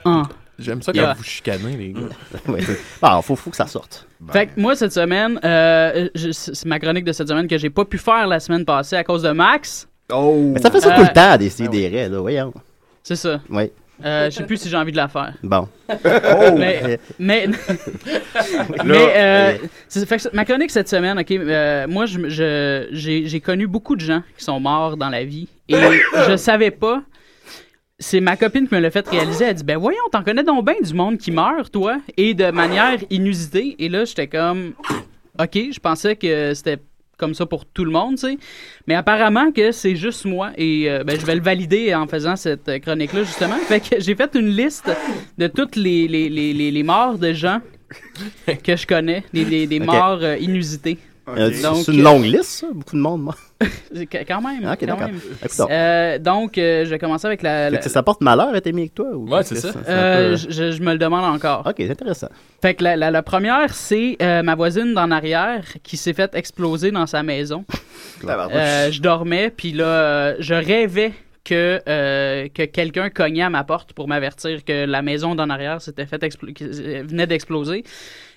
Speaker 10: Ah.
Speaker 8: J'aime ça quand
Speaker 10: Yeah.
Speaker 8: vous chicanez, les gars.
Speaker 7: (laughs) Ouais, c'est- Bah, faut, faut que ça sorte.
Speaker 10: Fait que moi, cette semaine, euh, je- c'est c'est ma chronique de cette semaine que j'ai pas pu faire la semaine passée à cause de Max.
Speaker 12: Oh.
Speaker 7: Mais ça fait ça
Speaker 10: Euh,
Speaker 7: tout le temps,
Speaker 12: ben
Speaker 7: Décidérez, là, voyons.
Speaker 10: C'est ça.
Speaker 7: Oui.
Speaker 10: Euh, je sais plus si j'ai envie de la faire.
Speaker 7: Bon.
Speaker 12: Oh.
Speaker 7: (laughs) Oh!
Speaker 10: Mais, mais, mais, euh, c'est- fait que ma chronique cette semaine, ok, euh, moi je- je- j'ai j'ai connu beaucoup de gens qui sont morts dans la vie et je savais pas. C'est ma copine qui me l'a fait réaliser. Elle dit Ben voyons, t'en connais donc bien du monde qui meurt, toi, et de manière inusitée. Et là, j'étais comme OK, je pensais que c'était comme ça pour tout le monde, tu sais. Mais apparemment que c'est juste moi et euh, ben, je vais le valider en faisant cette euh, chronique-là, justement. Fait que j'ai fait une liste de toutes les, les, les, les, les morts de gens que je connais, des, des, des
Speaker 7: Ok.
Speaker 10: morts euh, inusitées.
Speaker 7: Euh, c'est-
Speaker 10: Donc,
Speaker 7: c'est une
Speaker 10: euh,
Speaker 7: longue liste, ça. Beaucoup de monde, moi.
Speaker 10: C'est qu- Quand même.
Speaker 7: Ah, ok,
Speaker 10: quand
Speaker 7: d'accord.
Speaker 10: même.
Speaker 7: Écoute donc.
Speaker 10: Euh, donc, euh, je vais commencer avec la.
Speaker 7: Fait
Speaker 10: la-
Speaker 7: que ça porte malheur à t'aimer avec toi? Ou
Speaker 10: Ouais, c'est
Speaker 7: Chris,
Speaker 10: ça.
Speaker 7: un
Speaker 10: Euh,
Speaker 7: peu-
Speaker 10: je, je me le demande encore.
Speaker 7: Ok, c'est intéressant.
Speaker 10: Fait que la, la- la première, c'est euh, ma voisine d'en arrière qui s'est faite exploser dans sa maison.
Speaker 7: Tabarnouche.
Speaker 10: Euh, je dormais, puis là, euh, je rêvais que, euh, que quelqu'un cognait à ma porte pour m'avertir que la maison d'en arrière s'était faite explo- qui- euh, venait d'exploser.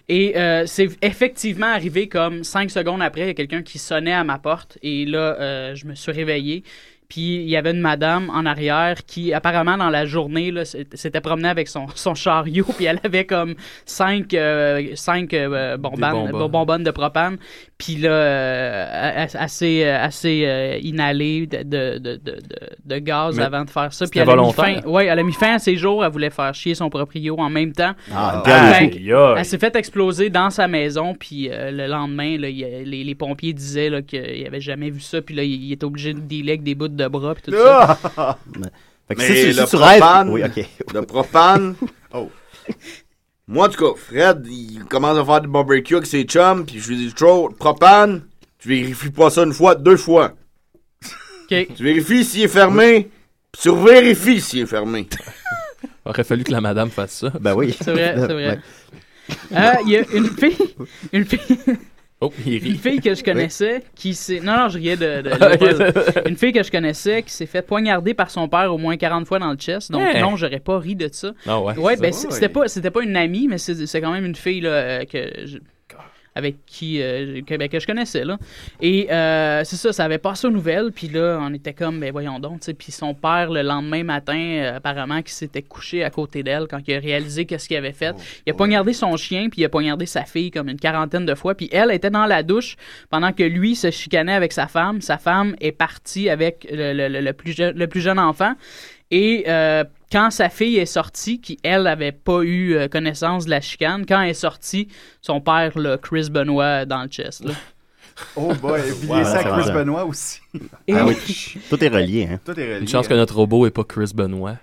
Speaker 10: Et euh, c'est effectivement arrivé comme cinq secondes après, il y a quelqu'un qui sonnait à ma porte. Et là, euh, je me suis réveillé. Puis il y avait une madame en arrière qui, apparemment, dans la journée, là, s'est- s'était promenée avec son, son chariot. (laughs) Puis elle avait comme cinq, euh, cinq euh, bonbonnes,
Speaker 8: bonbonnes.
Speaker 10: bonbonnes de propane. Puis là, euh, a- assez, euh, assez euh, inhalée de, de, de, de, de gaz
Speaker 8: Mais
Speaker 10: avant de faire ça. Puis
Speaker 8: c'était
Speaker 10: elle a, mis fin,
Speaker 8: volontaire.
Speaker 10: ouais, elle a mis fin à ses jours. Elle voulait faire chier son proprio en même temps.
Speaker 8: Ah,
Speaker 10: Fait
Speaker 8: aïe,
Speaker 10: que
Speaker 8: aïe.
Speaker 10: elle s'est fait exploser dans sa maison. Puis euh, le lendemain, là, il y a- les, les pompiers disaient là, qu'ils n'avaient jamais vu ça. Puis là, il il était obligé de dealer avec des bouts de bras. Puis tout ça.
Speaker 7: Ah! Fait que
Speaker 12: Mais
Speaker 7: si tu- si
Speaker 12: le
Speaker 7: tu rêves-
Speaker 12: propane,
Speaker 7: Oui, ok.
Speaker 12: (laughs) le
Speaker 7: (laughs)
Speaker 12: propane, oh. (laughs) Moi, en tout cas, Fred, il commence à faire du barbecue avec ses chums, puis je lui dis, Tro, propane, tu vérifies pas ça une fois, deux fois. (laughs) Tu vérifies s'il est fermé, puis tu vérifies s'il est fermé.
Speaker 8: (laughs) Aurait fallu que la madame fasse ça.
Speaker 7: Ben oui.
Speaker 10: C'est vrai,
Speaker 12: (laughs)
Speaker 10: c'est vrai. Euh, Il y a une fille, une fille, une fille que je connaissais qui s'est. Non, non, je riais de. de- de- une fille que je connaissais qui s'est fait poignarder par son père au moins 40 fois dans le chest. Donc,
Speaker 8: Hey.
Speaker 10: non, j'aurais pas ri de ça.
Speaker 8: Ah ouais?
Speaker 10: ben,
Speaker 8: Ah
Speaker 10: c'est-
Speaker 8: ouais.
Speaker 10: c'était pas, c'était pas une amie, mais c'est c'est quand même une fille là, euh, que. je- avec qui euh, que, ben, que je connaissais là et euh, c'est ça ça avait passé aux nouvelles puis là on était comme ben voyons donc tu sais puis son père le lendemain matin euh, apparemment qui s'était couché à côté d'elle quand il a réalisé qu'est-ce qu'il avait
Speaker 8: Oh,
Speaker 10: fait il a poignardé son chien puis il a poignardé sa fille comme une quarantaine de fois puis elle était dans la douche pendant que lui se chicanait avec sa femme sa femme est partie avec le, le- le- le plus, jeune, le plus jeune enfant et euh, quand sa fille est sortie, qui elle avait pas eu euh, connaissance de la chicane, quand elle est sortie, son père, le Chris Benoit, dans le chest. là.
Speaker 14: (laughs) Oh
Speaker 10: (laughs)
Speaker 14: boy, et puis
Speaker 10: Wow,
Speaker 14: les sacs
Speaker 10: c'est
Speaker 14: Chris
Speaker 10: vrai.
Speaker 14: Benoit aussi.
Speaker 10: Ah oui.
Speaker 7: Tout est relié, hein.
Speaker 14: Tout est relié.
Speaker 8: Une chance que notre robot est pas Chris Benoit.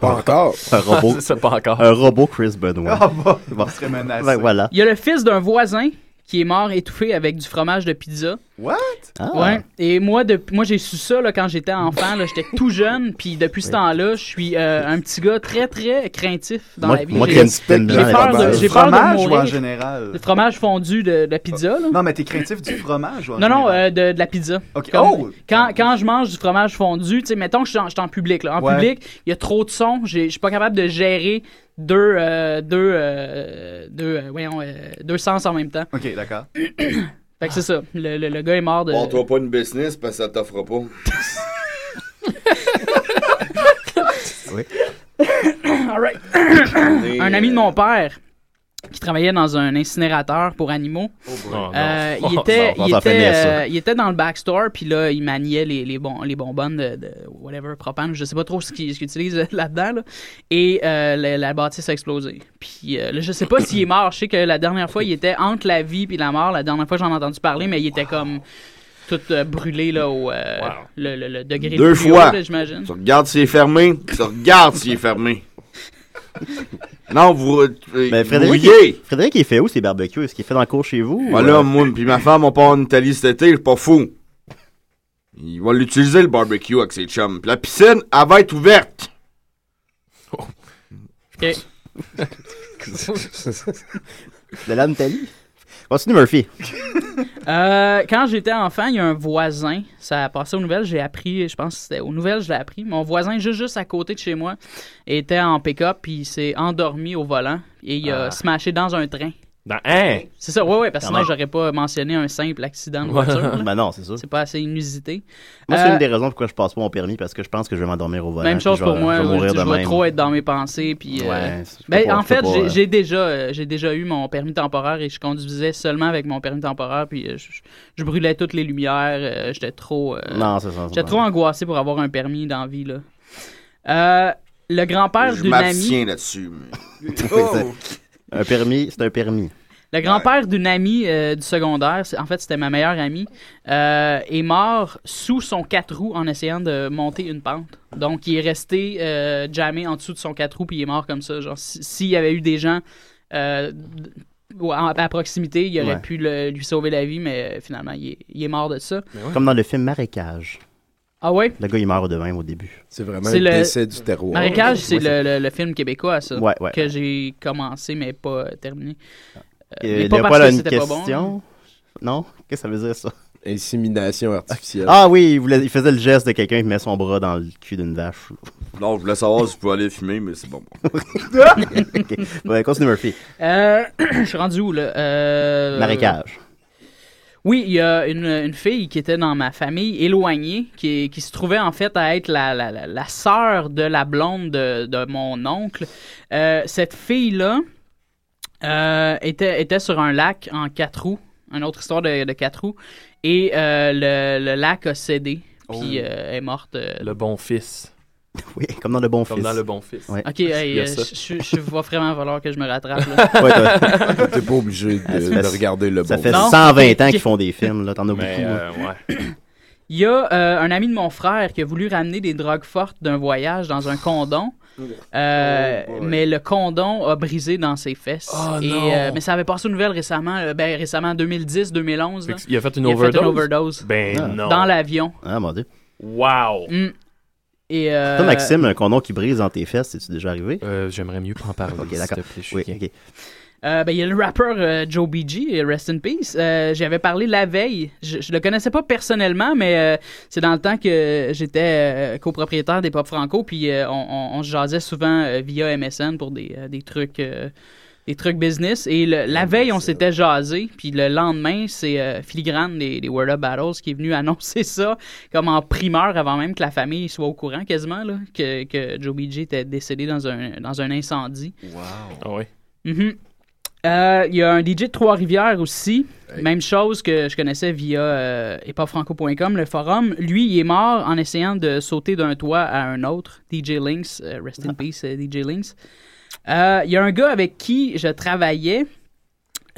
Speaker 7: Pas encore. Un robot.
Speaker 8: (laughs) C'est ça, pas encore.
Speaker 7: Un robot Chris Benoit.
Speaker 14: Ah, bah,
Speaker 7: (laughs) Bon.
Speaker 14: on serait menacé.
Speaker 7: Ben, voilà.
Speaker 10: Il y a le fils d'un voisin qui est mort étouffé avec du fromage de pizza.
Speaker 14: What?
Speaker 7: Ah.
Speaker 10: Ouais. Et moi, de, moi j'ai su ça là, quand j'étais enfant. là, J'étais tout jeune. Puis depuis ce temps-là, je suis euh, un petit gars très, très craintif dans
Speaker 7: Moi-
Speaker 10: la vie.
Speaker 7: moi
Speaker 10: J'ai-
Speaker 7: qui aime- aime
Speaker 10: J'ai
Speaker 7: bien
Speaker 10: peur
Speaker 7: le
Speaker 10: de, j'ai peur de
Speaker 14: fromage ou
Speaker 10: mourir.
Speaker 14: en général?
Speaker 10: Le fromage fondu de, de la pizza. Là.
Speaker 14: Non, mais t'es craintif du fromage ou en
Speaker 10: Non, non, euh, de, de la pizza.
Speaker 14: Ok.
Speaker 10: Comme-
Speaker 14: Oh!
Speaker 10: quand, quand je mange du fromage fondu, tu sais, mettons que je suis en, je suis en public. Là. En
Speaker 14: Ouais.
Speaker 10: public, il y a trop de sons. j'ai- Je suis pas capable de gérer deux, euh, deux, euh, deux, euh, voyons, euh, deux sens en même temps.
Speaker 14: Ok, d'accord.
Speaker 10: (coughs) Fait que c'est ça. Le, le- le gars est mort de.
Speaker 12: Bon, toi pas une business, parce que ça t'offre pas.
Speaker 10: (coughs) All right. un ami de mon père qui travaillait dans un incinérateur pour animaux.
Speaker 5: boy.
Speaker 10: Euh,
Speaker 5: Oh (laughs) non.
Speaker 10: il, était,
Speaker 5: Oh,
Speaker 10: il,
Speaker 5: ça fait
Speaker 10: était,
Speaker 5: mal, ça.
Speaker 10: euh, il était dans le backstore, puis là, il maniait les, les, bon, les bonbonnes de, de whatever, propane, je sais pas trop ce qu'il ce qu'il utilise euh, là-dedans, là. et euh, la, la bâtisse a explosé. Puis euh, là, je sais pas s'il est mort, je sais que la dernière fois, il était entre la vie et la mort, la dernière fois j'en ai entendu parler, mais il était comme tout euh, brûlé là, au euh, le, le- le degré le
Speaker 12: Deux
Speaker 10: plus haut,
Speaker 12: fois.
Speaker 10: là, j'imagine.
Speaker 12: Tu regardes s'il est fermé, tu regardes s'il est
Speaker 10: (laughs)
Speaker 12: fermé. non, vous. euh,
Speaker 7: Ben,
Speaker 12: vous
Speaker 7: Frédéric,
Speaker 12: riez.
Speaker 7: il- Frédéric, il fait où ces barbecues? Est-ce qu'il fait dans le cours chez vous?
Speaker 12: Voilà,
Speaker 7: ou, euh,
Speaker 12: moi, puis ma
Speaker 7: (laughs)
Speaker 12: femme, on part en Italie cet été, je suis pas fou. Il va l'utiliser, le barbecue, avec ses chums. Puis la piscine, elle va être ouverte.
Speaker 10: Ok.
Speaker 7: de l'âme Tali?
Speaker 8: (laughs)
Speaker 7: Continue, Murphy.
Speaker 10: Euh, quand j'étais enfant, il y a un voisin, ça a passé aux nouvelles, j'ai appris, je pense que c'était aux nouvelles, je l'ai appris. Mon voisin, juste, juste à côté de chez moi, était en pick-up, puis il s'est endormi au volant, et il a
Speaker 8: Ah.
Speaker 10: smashé dans un train.
Speaker 8: Dans
Speaker 7: hein?
Speaker 8: un?
Speaker 10: C'est ça, ouais, ouais, parce que
Speaker 8: Quand
Speaker 10: sinon,
Speaker 8: même.
Speaker 10: j'aurais pas mentionné un simple accident de
Speaker 7: Ouais.
Speaker 10: voiture.
Speaker 7: (laughs)
Speaker 10: là.
Speaker 7: Ben non, c'est ça.
Speaker 10: C'est pas assez inusité.
Speaker 7: Moi, c'est
Speaker 10: Euh,
Speaker 7: une des raisons pourquoi je passe pas mon permis, parce que je pense que je vais m'endormir au volant.
Speaker 10: Même
Speaker 7: puis
Speaker 10: chose
Speaker 7: je vais-
Speaker 10: pour moi,
Speaker 7: Je
Speaker 10: je,
Speaker 7: vais mourir
Speaker 10: je
Speaker 7: de
Speaker 10: vais
Speaker 7: même.
Speaker 10: trop être dans mes pensées. Puis, euh,
Speaker 7: Ouais, c'est- je
Speaker 10: ben,
Speaker 7: peux pas-
Speaker 10: en
Speaker 7: je peux
Speaker 10: fait,
Speaker 7: pas,
Speaker 10: j'ai-
Speaker 7: euh,
Speaker 10: j'ai déjà, euh, j'ai déjà eu mon permis temporaire et je conduisais seulement avec mon permis temporaire. Puis euh, je, je- je brûlais toutes les lumières. euh, J'étais trop, euh,
Speaker 7: Non, c'est ça, c'est
Speaker 10: j'étais
Speaker 7: pas
Speaker 10: trop angoissé pour avoir un permis dans la vie. Là. Euh, le grand-père
Speaker 12: Je
Speaker 10: d'une amie.
Speaker 12: m'abstiens là-dessus.
Speaker 10: (laughs)
Speaker 12: mais- (laughs) Oh,
Speaker 7: un permis, c'est un permis.
Speaker 10: Le grand-père d'une amie euh, du secondaire, c'est- en fait c'était ma meilleure amie, euh, est mort sous son quatre roues en essayant de monter une pente. Donc il est resté euh, jammé en dessous de son quatre roues puis il est mort comme ça. Genre si- s'il y avait eu des gens euh, d- ou à, à proximité, il aurait
Speaker 7: Ouais.
Speaker 10: pu le- lui sauver la vie, mais euh, finalement, il est, il est mort de ça.
Speaker 9: Ben
Speaker 7: Comme dans le film Marécage.
Speaker 10: Ah ouais?
Speaker 7: Le gars, il meurt de même au début.
Speaker 9: C'est vraiment
Speaker 10: C'est le
Speaker 9: terroir.
Speaker 10: Marécage, c'est
Speaker 7: Ouais,
Speaker 10: le, le- le film québécois, ça.
Speaker 7: Ouais, ouais.
Speaker 10: Que j'ai commencé, mais pas euh, terminé. Euh,
Speaker 7: Euh,
Speaker 10: mais
Speaker 7: Léopold
Speaker 10: parce
Speaker 7: a
Speaker 10: que
Speaker 7: une
Speaker 10: c'était pas bon.
Speaker 7: question? Non? Qu'est-ce que ça veut dire, ça?
Speaker 9: Insémination artificielle.
Speaker 7: Ah oui, il, voulait- il faisait le geste de quelqu'un qui met son bras dans le cul
Speaker 10: (laughs)
Speaker 7: d'une vache.
Speaker 12: Non, je voulais savoir si je pouvais aller fumer, mais c'est bon.
Speaker 9: (laughs)
Speaker 7: (laughs) ok, ouais,
Speaker 10: (laughs)
Speaker 7: continue Murphy.
Speaker 10: Euh, (clears throat) je suis rendu où, là? Euh,
Speaker 7: Marécage.
Speaker 10: Oui, il y a une, une fille qui était dans ma famille éloignée, qui, qui se trouvait en fait à être la, la, la- la sœur de la blonde de, de mon oncle. Euh, cette fille-là euh, était, était sur un lac en quatre roues, une autre histoire de, de quatre roues, et euh, le, le lac a cédé, puis euh, est morte. euh,
Speaker 8: Le bon fils.
Speaker 7: (laughs) Oui, comme dans le bon
Speaker 8: Comme
Speaker 7: fils.
Speaker 8: dans Le Bon Fils.
Speaker 7: Ouais.
Speaker 10: Ok,
Speaker 8: Il y a
Speaker 10: hey, euh,
Speaker 8: ça.
Speaker 10: je, je, je vois vraiment falloir que je me rattrape. là. (laughs)
Speaker 7: Ouais, t'as-
Speaker 9: T'es pas obligé de-
Speaker 7: Ah, ça
Speaker 9: de
Speaker 7: fait-
Speaker 9: regarder le
Speaker 7: Ça
Speaker 9: bon
Speaker 7: fait
Speaker 9: film.
Speaker 7: 120 ans
Speaker 10: Ok.
Speaker 7: qu'ils font des films, là. T'en as
Speaker 10: Mais,
Speaker 7: beaucoup. hein.
Speaker 10: euh,
Speaker 7: là.
Speaker 10: Il y a euh, un ami de mon frère qui a voulu ramener des drogues fortes d'un voyage dans un condom. euh, mais le condom a brisé dans ses fesses.
Speaker 8: Oh,
Speaker 10: Et,
Speaker 8: non.
Speaker 10: euh, mais ça avait passé une nouvelle récemment, euh, ben, récemment 2010, 2011.
Speaker 8: Fait
Speaker 10: là.
Speaker 8: qu'il a fait une
Speaker 10: Il a fait une
Speaker 8: overdose?
Speaker 10: overdose.
Speaker 8: Ben Ah. non.
Speaker 10: Dans l'avion.
Speaker 7: Ah, mon Dieu.
Speaker 8: Wow!
Speaker 10: Mm. Et, euh,
Speaker 7: Toi, Maxime, un condom qui brise dans tes fesses, c'est-tu déjà arrivé?
Speaker 8: Euh, J'aimerais mieux pas en parler.
Speaker 7: (laughs) ok, d'accord. Oui, ok.
Speaker 10: Euh, ben, il y a le rappeur euh, Joe BG, euh, Rest in Peace. Euh, J'y avais parlé la veille. Je, je le connaissais pas personnellement, mais euh, c'est dans le temps que j'étais euh, copropriétaire des Pop Franco, puis euh, on, on- on se jasait souvent euh, via MSN pour des, euh, des trucs. euh, des trucs business. Et le- la veille, on s'était jasé. Puis le lendemain, c'est euh, Filigrane des, des Word Up Battles qui est venu (laughs) annoncer ça comme en primeur avant même que la famille soit au courant quasiment là, que, que Joe BG était décédé dans un, dans un incendie.
Speaker 8: Ah oui.
Speaker 10: Mhm. Euh, Il y a un DJ de Trois-Rivières aussi. Même chose que je connaissais via euh, epafranco.com, le forum. Lui, il est mort en essayant de sauter d'un toit à un autre. DJ Lynx, euh, rest
Speaker 8: Ah.
Speaker 10: in peace, euh, DJ Lynx. Euh, Il y a un gars avec qui je travaillais.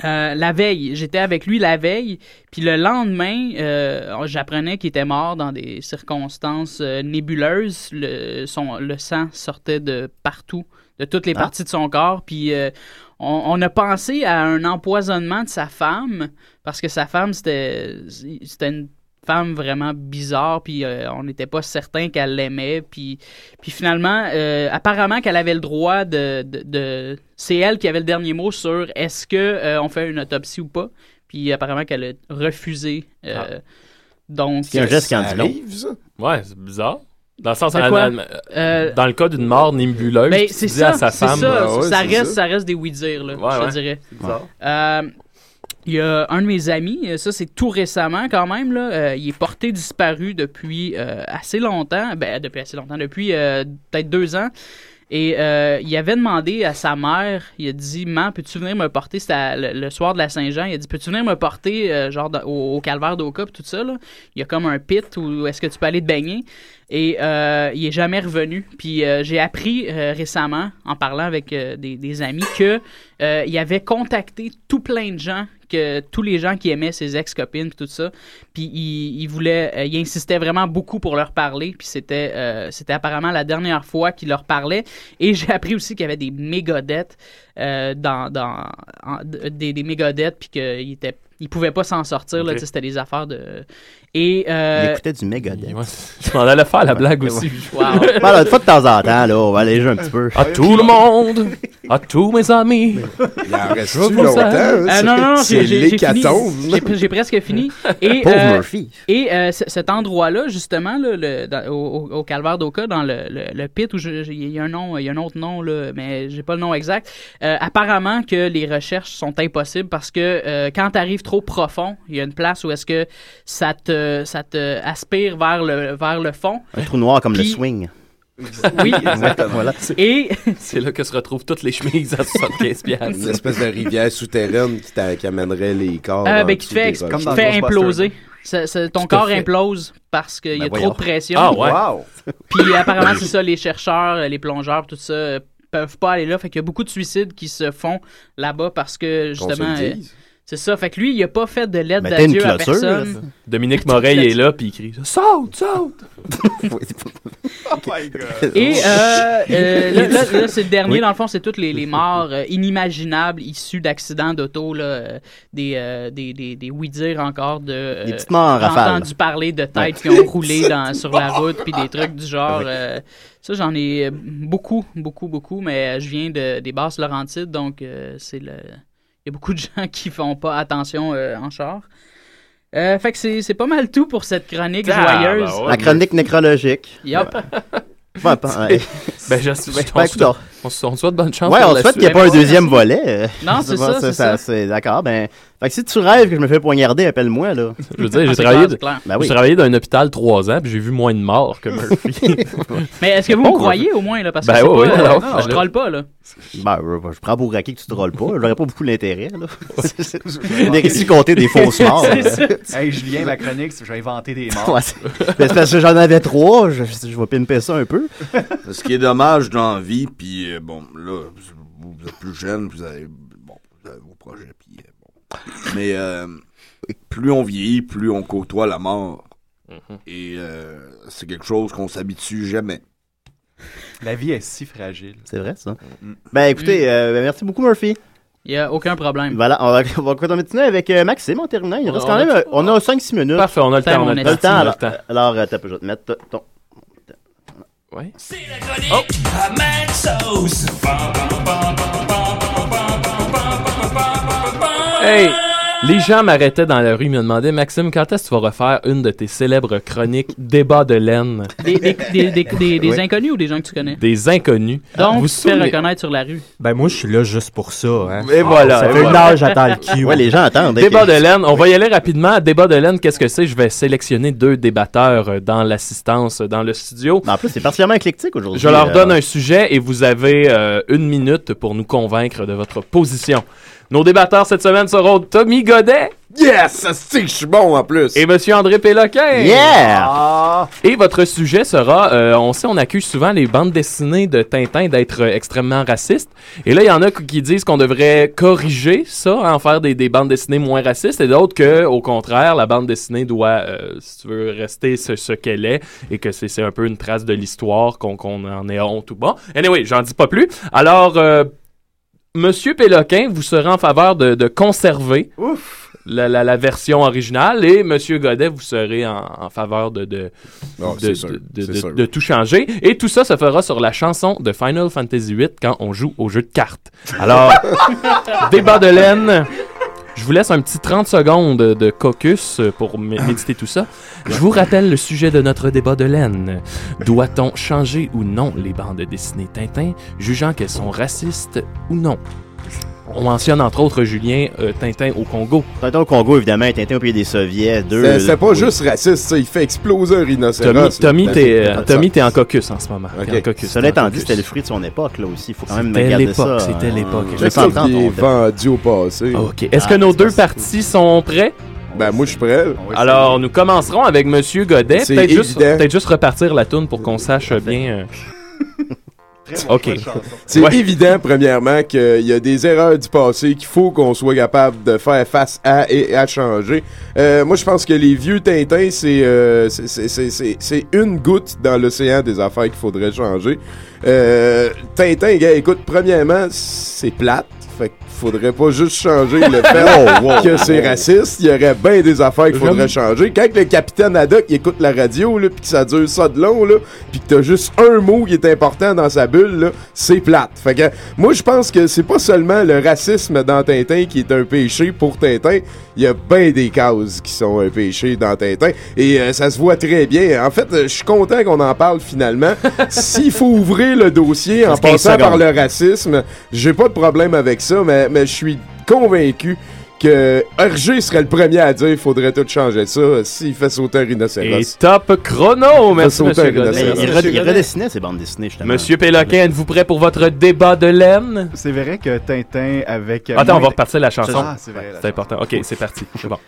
Speaker 10: euh, la veille, j'étais avec lui la veille, puis le lendemain, euh, j'apprenais qu'il était mort dans des circonstances euh, nébuleuses. Le, son, le sang sortait de partout, de toutes les
Speaker 4: Ah.
Speaker 10: parties de son corps, puis euh, on, on a pensé à un empoisonnement de sa femme parce que sa femme c'était c'était une femme vraiment bizarre puis euh, on n'était pas certain qu'elle l'aimait puis puis finalement euh, apparemment qu'elle avait le droit de, de- de- c'est elle qui avait le dernier mot sur est-ce que euh, on fait une autopsie ou pas puis apparemment qu'elle a refusé euh, donc
Speaker 8: C'est un geste qui en dit long.
Speaker 10: arrive, ça?
Speaker 8: Ouais, c'est bizarre. Dans le sens,
Speaker 10: De
Speaker 8: elle-
Speaker 10: quoi?
Speaker 8: elle-
Speaker 10: Euh,
Speaker 8: dans le cas d'une mort nébuleuse,
Speaker 10: Mais
Speaker 8: tu
Speaker 10: Ben, c'est
Speaker 8: dis
Speaker 10: ça,
Speaker 8: à sa
Speaker 10: c'est
Speaker 8: femme.
Speaker 10: ça,
Speaker 8: Ah ouais,
Speaker 10: ça,
Speaker 8: c'est
Speaker 10: reste, ça reste des oui-dire, là,
Speaker 8: Ouais,
Speaker 10: je te
Speaker 8: ouais.
Speaker 10: dirais.
Speaker 8: C'est bizarre.
Speaker 10: Euh, Il y a un de mes amis, euh, ça c'est tout récemment quand même, là, euh, il est porté disparu depuis euh, assez longtemps, ben, depuis assez longtemps, depuis euh, peut-être deux ans. Et euh, il avait demandé à sa mère, il a dit Maman, peux-tu venir me porter C'était à- le, le soir de la Saint-Jean, il a dit Peux-tu venir me porter euh, genre dans- au, au calvaire d'Oka pis tout ça là? Il y a comme un pit où est-ce que tu peux aller te baigner Et euh, il est jamais revenu. Puis euh, j'ai appris euh, récemment, en parlant avec euh, des, des amis, que euh, il avait contacté tout plein de gens que tous les gens qui aimaient ses ex-copines pis tout ça, puis il, il voulait, euh, il insistait vraiment beaucoup pour leur parler, puis c'était, euh, c'était apparemment la dernière fois qu'il leur parlait, et j'ai appris aussi qu'il y avait des méga dettes, euh, dans, dans en- d- des, des méga dettes, puis qu'il était, il pouvait pas s'en sortir, là,
Speaker 8: Ok.
Speaker 10: tu sais, c'était des affaires de, et euh,
Speaker 7: Il écoutait du Megadeth.
Speaker 8: (laughs) Je m'en allais faire la blague (laughs) aussi.
Speaker 10: Wow.
Speaker 7: (laughs) Bah, là, une fois de temps en temps, là, on va alléger un petit peu.
Speaker 8: À tout le (laughs) monde, à tous mes amis.
Speaker 9: Il en reste
Speaker 8: Je vous aime.
Speaker 10: Euh, non, non, non, j'ai j'ai- j'ai fini.
Speaker 8: (laughs)
Speaker 10: J'ai- J'ai presque fini. Et,
Speaker 8: Pauvre
Speaker 10: euh,
Speaker 8: Murphy.
Speaker 10: Et euh, c- cet endroit-là, justement, là, le- dans- au, au- au Calvaire d'Oka, dans le, le- le pit, où je- je- il y a un nom, il y a un autre nom, là, mais j'ai pas le nom exact. euh, apparemment que les recherches sont impossibles parce que euh, quand tu arrives trop profond, il y a une place où est-ce que ça te, ça te aspire vers le, vers le fond.
Speaker 7: Un trou noir comme
Speaker 10: Puis-
Speaker 7: le swing.
Speaker 10: Oui,
Speaker 7: exactement. Voilà.
Speaker 10: Et
Speaker 8: (laughs) c'est là que se retrouvent toutes les chemises à 75 piastres.
Speaker 9: Une espèce de rivière souterraine qui, t'a- qui amènerait les corps.
Speaker 10: Euh,
Speaker 8: Ah,
Speaker 9: en
Speaker 10: ben, qui te
Speaker 9: dessous des
Speaker 10: fait, exp-
Speaker 9: roches.
Speaker 10: qui te fait imploser. Ça- ça- ton
Speaker 9: Tout à
Speaker 10: corps
Speaker 9: fait.
Speaker 10: implose parce qu'il
Speaker 9: Ben
Speaker 10: y a
Speaker 9: voyons.
Speaker 10: trop de pression.
Speaker 9: Ah ouais. Wow.
Speaker 10: (laughs) Puis apparemment, c'est ça, les chercheurs, euh, les plongeurs, tout ça, euh, peuvent pas aller là. Fait qu'il y a beaucoup de suicides qui se font là-bas parce que
Speaker 7: Qu'on se le
Speaker 10: justement. euh,
Speaker 7: dise.
Speaker 10: C'est ça. Fait que lui, il a pas fait de lettre
Speaker 7: Mais t'as une
Speaker 10: d'adieu à
Speaker 7: clôture, là,
Speaker 10: personne.
Speaker 8: Dominique Morel est là, puis il crie
Speaker 7: (laughs)
Speaker 5: Saute, saute!
Speaker 8: Oh my god!
Speaker 10: Et
Speaker 8: (laughs)
Speaker 10: euh, euh, là, là- là, c'est le dernier, dans le fond, c'est toutes les, les morts euh, inimaginables issues d'accidents d'auto, là, euh, des, euh, des, des, des oui-dire encore de. euh,
Speaker 7: Des petites morts en rafale.
Speaker 10: entendu parler de
Speaker 7: Ouais.
Speaker 10: têtes qui ont
Speaker 7: (laughs)
Speaker 10: roulé dans, sur la route, puis des trucs du genre. euh, ça, j'en ai euh, beaucoup, beaucoup, beaucoup, mais euh, je viens de, des Basses Laurentides, donc euh, c'est le. Il y a beaucoup de gens (laughs) qui font pas attention euh, en char. Euh, fait que c'est c'est pas mal tout pour cette chronique
Speaker 7: Ah,
Speaker 8: bah
Speaker 10: joyeuse.
Speaker 7: ben ouais, La chronique mais- nécrologique.
Speaker 10: Yup.
Speaker 8: (laughs)
Speaker 7: Ouais, pas- ouais.
Speaker 8: Ben, je suis.
Speaker 7: Ben,
Speaker 8: on, se-
Speaker 7: écoute,
Speaker 8: on
Speaker 10: euh,
Speaker 8: se- on te souhaite bonne chance.
Speaker 7: ouais,
Speaker 8: pour
Speaker 7: on
Speaker 8: la
Speaker 7: souhaite qu'il n'y ait
Speaker 8: suite.
Speaker 7: pas un deuxième volet. euh.
Speaker 8: Non,
Speaker 7: (laughs)
Speaker 8: c'est
Speaker 7: Bon,
Speaker 8: ça, c'est ça.
Speaker 7: c'est- D'accord, ben... Fait que si tu rêves que je me fais poignarder, appelle-moi, là.
Speaker 8: Je veux dire, j'ai travaillé, de-
Speaker 7: Ben oui.
Speaker 8: j'ai travaillé dans un hôpital trois ans, puis j'ai vu moins de morts que
Speaker 7: (laughs)
Speaker 8: Murphy.
Speaker 10: Mais est-ce que vous
Speaker 8: Bon,
Speaker 10: me croyez au moins là parce que
Speaker 8: Ben
Speaker 10: c'est
Speaker 8: oui, oui,
Speaker 10: pas, euh,
Speaker 8: alors,
Speaker 10: je troll pas là.
Speaker 7: Ben, je, je prends pour acquis que tu trolles pas. J'aurais pas beaucoup l'intérêt, (laughs) là. Des récits comptés
Speaker 8: (laughs)
Speaker 7: des fausses morts.
Speaker 14: C'est
Speaker 7: là.
Speaker 14: ça. (laughs) hey, Julien, ma chronique, c'est que j'ai inventé des morts.
Speaker 7: Ouais, c'est- mais c'est parce que j'en avais trois. Je, je vais pimper ça un peu.
Speaker 12: Ce qui est dommage dans la vie, puis euh, bon, là, vous vous êtes plus jeune, vous avez, bon, vous avez vos projets, puis euh, bon. Mais euh, plus on vieillit, plus on côtoie la mort. Et euh, c'est quelque chose qu'on s'habitue jamais.
Speaker 14: La vie est si fragile. Mm.
Speaker 7: C'est vrai, ça.
Speaker 14: Mm-hmm.
Speaker 7: Ben, écoutez, euh, ben, merci beaucoup, Murphy.
Speaker 10: Il y a aucun
Speaker 8: Mm.
Speaker 10: problème.
Speaker 7: Voilà, on va, (laughs) on va continuer avec euh, Maxime en terminant. Il nous
Speaker 10: On-
Speaker 7: reste
Speaker 10: on
Speaker 7: quand
Speaker 10: a
Speaker 7: même, euh, on a 5-6 minutes.
Speaker 8: Parfait, on a le temps, on a le
Speaker 7: On a le
Speaker 8: temps, on
Speaker 7: temps.
Speaker 8: a
Speaker 7: Alors,
Speaker 8: le temps.
Speaker 7: alors, euh, t'as peu, je vais te mettre ton...
Speaker 8: Ouais.
Speaker 5: Oh. À mad sauce.
Speaker 8: Hey! Les gens m'arrêtaient dans la rue, ils me demandaient Maxime, quand est-ce que tu vas refaire une de tes célèbres chroniques Débat de laine
Speaker 10: Des, des, des, des, des- des
Speaker 8: Oui.
Speaker 10: inconnus ou des gens que tu connais
Speaker 8: Des inconnus.
Speaker 10: Donc, tu
Speaker 8: vous
Speaker 10: te fais
Speaker 8: souvenez-
Speaker 10: reconnaître sur la rue.
Speaker 11: Ben moi, je suis là juste pour ça. Hein.
Speaker 8: Et voilà.
Speaker 11: Ça
Speaker 8: et
Speaker 11: fait
Speaker 8: voilà.
Speaker 11: une âge, j'attends le cue.
Speaker 7: hein,
Speaker 8: Débat de laine. On va y aller rapidement. Débat de laine, qu'est-ce que c'est? Je vais sélectionner deux débatteurs euh, dans l'assistance, euh, dans le studio.
Speaker 7: En plus, c'est particulièrement éclectique aujourd'hui.
Speaker 8: Je leur
Speaker 7: euh,
Speaker 8: donne un sujet et vous avez euh, une minute pour nous convaincre de votre position. Nos débatteurs cette semaine seront Tommy Godet.
Speaker 9: Yes! Ça se dit que je suis bon en plus.
Speaker 8: Et Monsieur André Péloquin.
Speaker 9: Yeah!
Speaker 8: Et votre sujet sera, euh, on sait, on accuse souvent les bandes dessinées de Tintin d'être euh, extrêmement racistes. Et là, il y en a qui- qui disent qu'on devrait corriger ça, hein, en faire des, des bandes dessinées moins racistes, et d'autres que, au contraire, la bande dessinée doit, euh, si tu veux, rester ce, ce qu'elle est, et que c'est c'est un peu une trace de l'histoire, qu'on qu'on en ait honte ou bon. Anyway, j'en dis pas plus. Alors, euh, Monsieur Péloquin, vous serez en faveur de, de conserver La, la- la version originale et Monsieur Godet, vous serez en, en faveur de, de,
Speaker 9: Ah,
Speaker 8: de-
Speaker 9: c'est sûr,
Speaker 8: de-
Speaker 9: c'est
Speaker 8: de-
Speaker 9: sûr.
Speaker 8: de tout changer. Et tout ça se fera sur la chanson de Final Fantasy VIII quand on joue au jeu de cartes.
Speaker 9: (laughs)
Speaker 8: Alors, débat de laine. Je vous laisse un petit 30 secondes de caucus
Speaker 9: (coughs)
Speaker 8: pour mé- méditer tout ça. Je vous rappelle le sujet de notre débat de laine. Doit-on changer ou non les bandes dessinées Tintin, jugeant qu'elles sont racistes ou non? On mentionne entre autres Julien euh, Tintin au Congo.
Speaker 7: Tintin au Congo, évidemment, Tintin au pays des Soviets, deux...
Speaker 9: C'est c'est pas juste raciste, ça. Il fait exploser un
Speaker 8: Tommy,
Speaker 9: rhinocéros.
Speaker 8: Tommy, t'es, euh,
Speaker 9: Ça.
Speaker 8: Tommy, t'es en caucus en ce moment. T'es en caucus,
Speaker 7: Cela
Speaker 8: t'es en
Speaker 7: étant dit,
Speaker 8: caucus.
Speaker 7: c'était le fruit de son époque, là aussi. Il faut quand même
Speaker 8: C'était
Speaker 7: regarder ça. euh,
Speaker 8: l'époque, c'était l'époque.
Speaker 7: Je
Speaker 9: C'est
Speaker 7: vais
Speaker 9: ça
Speaker 7: pas entendre
Speaker 9: qui est
Speaker 7: ton-
Speaker 9: vendu au passé.
Speaker 8: Ah, OK. Est-ce
Speaker 14: Ah,
Speaker 8: que nos deux parties sont prêts?
Speaker 9: Ben, moi, je suis prêt.
Speaker 8: Alors, nous commencerons avec Monsieur Godet.
Speaker 9: C'est
Speaker 8: Peut-être juste,
Speaker 9: évident.
Speaker 8: peut-être juste repartir la toune pour qu'on sache euh,
Speaker 14: (laughs)
Speaker 8: bien. euh, OK.
Speaker 9: C'est évident, premièrement, qu'il y a des erreurs du passé qu'il faut qu'on soit capable de faire face à et à changer. Euh, moi, je pense que les vieux Tintins, c'est euh, c'est- c'est- c'est- c'est- c'est une goutte dans l'océan des affaires qu'il faudrait changer. Euh, Tintin, gars, écoute, premièrement, c'est plate. Fait qu'il faudrait pas juste changer
Speaker 7: (laughs)
Speaker 9: le fait
Speaker 7: Wow, wow,
Speaker 9: que c'est
Speaker 7: wow.
Speaker 9: raciste. Il y aurait bien des affaires qu'il faudrait
Speaker 7: J'aime-
Speaker 9: changer. Quand le capitaine Haddock il écoute la radio, là, puis que ça dure ça de long, là, puis que t'as juste un mot qui est important dans sa bulle, là, c'est plate. Fait que, moi, je pense que c'est pas seulement le racisme dans Tintin qui est un péché pour Tintin. Il y a bien des causes qui sont un péché dans Tintin. Et euh, ça se voit très bien. En fait, euh, je suis content qu'on en parle
Speaker 7: (laughs)
Speaker 9: finalement. S'il faut ouvrir le dossier en
Speaker 7: Parce qu'il y a
Speaker 9: passant
Speaker 7: une
Speaker 9: par
Speaker 7: seconde.
Speaker 9: le racisme, j'ai pas de problème avec ça, mais, mais je suis convaincu que Hergé serait le premier à dire faudrait tout changer ça euh, s'il fait sauter un
Speaker 8: Et
Speaker 9: rhinocéros.
Speaker 8: top chrono, merci,
Speaker 9: Oh, Monsieur
Speaker 8: Monsieur
Speaker 9: Godet.
Speaker 8: Godet.
Speaker 9: Mais il
Speaker 7: Il,
Speaker 8: Monsieur
Speaker 7: re- il
Speaker 8: Godet.
Speaker 7: redessinait ses bandes dessinées, justement.
Speaker 8: Monsieur Péloquin, êtes-vous prêt pour votre débat de laine?
Speaker 14: C'est vrai que Tintin avec. euh,
Speaker 8: Attends, on
Speaker 14: moins-
Speaker 8: va repartir la chanson.
Speaker 14: Ah, c'est vrai.
Speaker 9: (laughs)
Speaker 8: important. OK, c'est parti. C'est bon.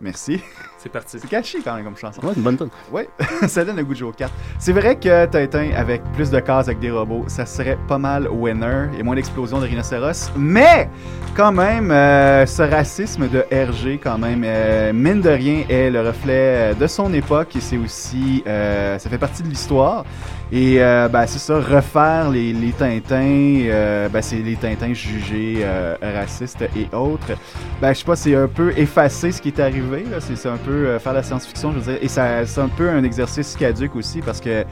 Speaker 14: Merci.
Speaker 8: (laughs) C'est parti.
Speaker 14: C'est caché quand même comme chanson.
Speaker 7: Ouais, une bonne tonne.
Speaker 14: Oui, (laughs) ça donne un goût de jouer aux cartes. C'est vrai que Tintin, avec plus de cases avec des robots, ça serait pas mal winner et moins d'explosion de rhinocéros. Mais, quand même, euh, ce racisme de RG, quand même, euh, mine de rien, est le reflet euh, de son époque et c'est aussi. euh, ça fait partie de l'histoire. Et euh, ben, c'est ça, refaire les, les Tintins, euh, ben, c'est les Tintins jugés euh, racistes et autres. Ben, je sais pas, c'est un peu effacer ce qui est arrivé. là. C'est c'est un peu euh, faire la science-fiction, je veux dire. Et ça, c'est un peu un exercice caduque aussi parce que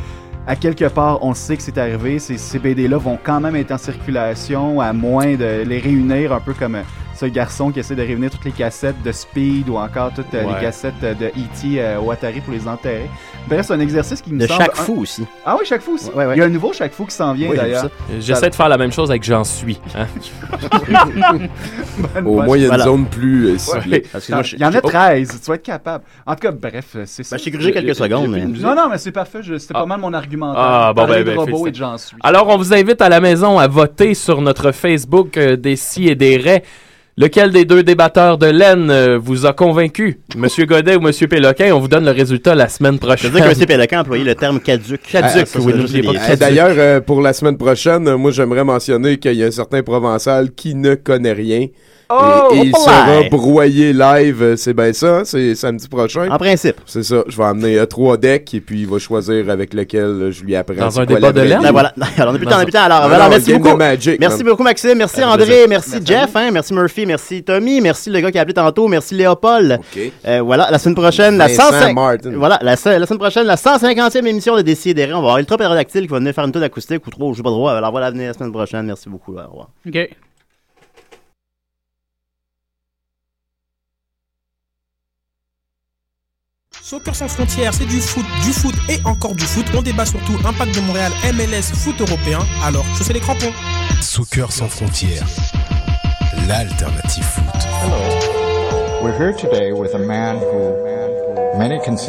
Speaker 14: à quelque part, on sait que c'est arrivé. Ces, ces BD-là vont quand même être en circulation, à moins de les réunir un peu comme euh, ce garçon qui essaie de réunir toutes les cassettes de Speed ou encore toutes euh,
Speaker 7: Ouais.
Speaker 14: les cassettes euh, de E.T. euh, ou Atari pour les enterrer. Bref, c'est un exercice qui me
Speaker 7: De
Speaker 14: semble...
Speaker 7: chaque
Speaker 14: un-
Speaker 7: fou aussi.
Speaker 14: Ah oui, chaque fou aussi. Il y a un nouveau chaque fou qui s'en vient
Speaker 8: Oui, j'ai vu
Speaker 14: d'ailleurs.
Speaker 8: ça. Euh, J'essaie de faire la même chose avec J'en suis. hein.
Speaker 14: (laughs)
Speaker 9: (laughs)
Speaker 14: Bonne
Speaker 9: Au
Speaker 14: poche.
Speaker 9: moins, il y a une
Speaker 14: Voilà.
Speaker 9: zone plus euh, ciblée.
Speaker 14: Ouais. Il y en a
Speaker 8: oh.
Speaker 14: 13, tu vas être capable. En tout cas, bref, euh, c'est ça.
Speaker 7: Ben, je t'ai grugé quelques secondes, mais-
Speaker 14: Non, non, mais c'est parfait, je- c'était pas mal mon argumentaire.
Speaker 8: Ah, bon,
Speaker 14: Parler
Speaker 8: ben,
Speaker 14: de
Speaker 8: ben,
Speaker 14: robots et de
Speaker 8: félicitations.
Speaker 14: j'en suis.
Speaker 8: Alors, on vous invite à la maison à voter sur notre Facebook euh, des si et des raies. Lequel des deux débatteurs de laine euh, vous a
Speaker 7: (laughs)
Speaker 8: convaincu? Monsieur Godet ou Monsieur Péloquin? On vous donne le résultat la semaine prochaine.
Speaker 7: Je veux dire que M. Péloquin a employé le terme caduc. Ah,
Speaker 8: Caduc, oui, n'oubliez pas que
Speaker 9: Et D'ailleurs, euh, pour la semaine prochaine, euh, moi, j'aimerais mentionner qu'il y a un certain Provençal qui ne connaît rien.
Speaker 7: Oh,
Speaker 9: et, et il
Speaker 7: hop là!
Speaker 9: sera broyé live, euh, c'est bien ça, hein, c'est samedi prochain. En
Speaker 7: principe.
Speaker 9: C'est ça, je vais amener euh, trois decks et puis il va choisir avec lequel euh, je lui apprends.
Speaker 7: Dans
Speaker 9: c'est
Speaker 7: un
Speaker 9: quoi
Speaker 7: débat
Speaker 9: la
Speaker 7: de
Speaker 9: vraie
Speaker 7: laine?
Speaker 9: vie.
Speaker 7: Ben voilà. (laughs) Alors, on a plus de temps, on a plus de temps. Alors, voilà,
Speaker 9: Hein? non,
Speaker 7: merci
Speaker 9: game de
Speaker 7: beaucoup.
Speaker 9: Magic,
Speaker 7: merci
Speaker 9: man.
Speaker 7: beaucoup, Maxime. Merci,
Speaker 9: Avec
Speaker 7: André.
Speaker 9: plaisir.
Speaker 7: Merci, Jeff. hein. merci, Murphy. Merci, Tommy. Merci, le gars qui a appelé tantôt. Merci, Léopold. Euh, voilà, la semaine prochaine, la
Speaker 9: Vincent
Speaker 7: 105
Speaker 9: Martin.
Speaker 7: Voilà, la, se- la semaine prochaine, la 150e émission de Décidéré. On va avoir Ultra Pterodactyle qui va venir faire une tour acoustique ou trois, je sais pas droit. Alors, voilà, venez la semaine prochaine. Merci beaucoup. Au revoir.
Speaker 10: OK.
Speaker 19: Soccer sans frontières, c'est du foot, du foot et encore du foot. On débat surtout impact de Montréal, MLS, foot européen. Alors, chaussez les crampons.
Speaker 20: Soccer sans frontières. L'alternative foot.
Speaker 21: We're here today with a man who many consider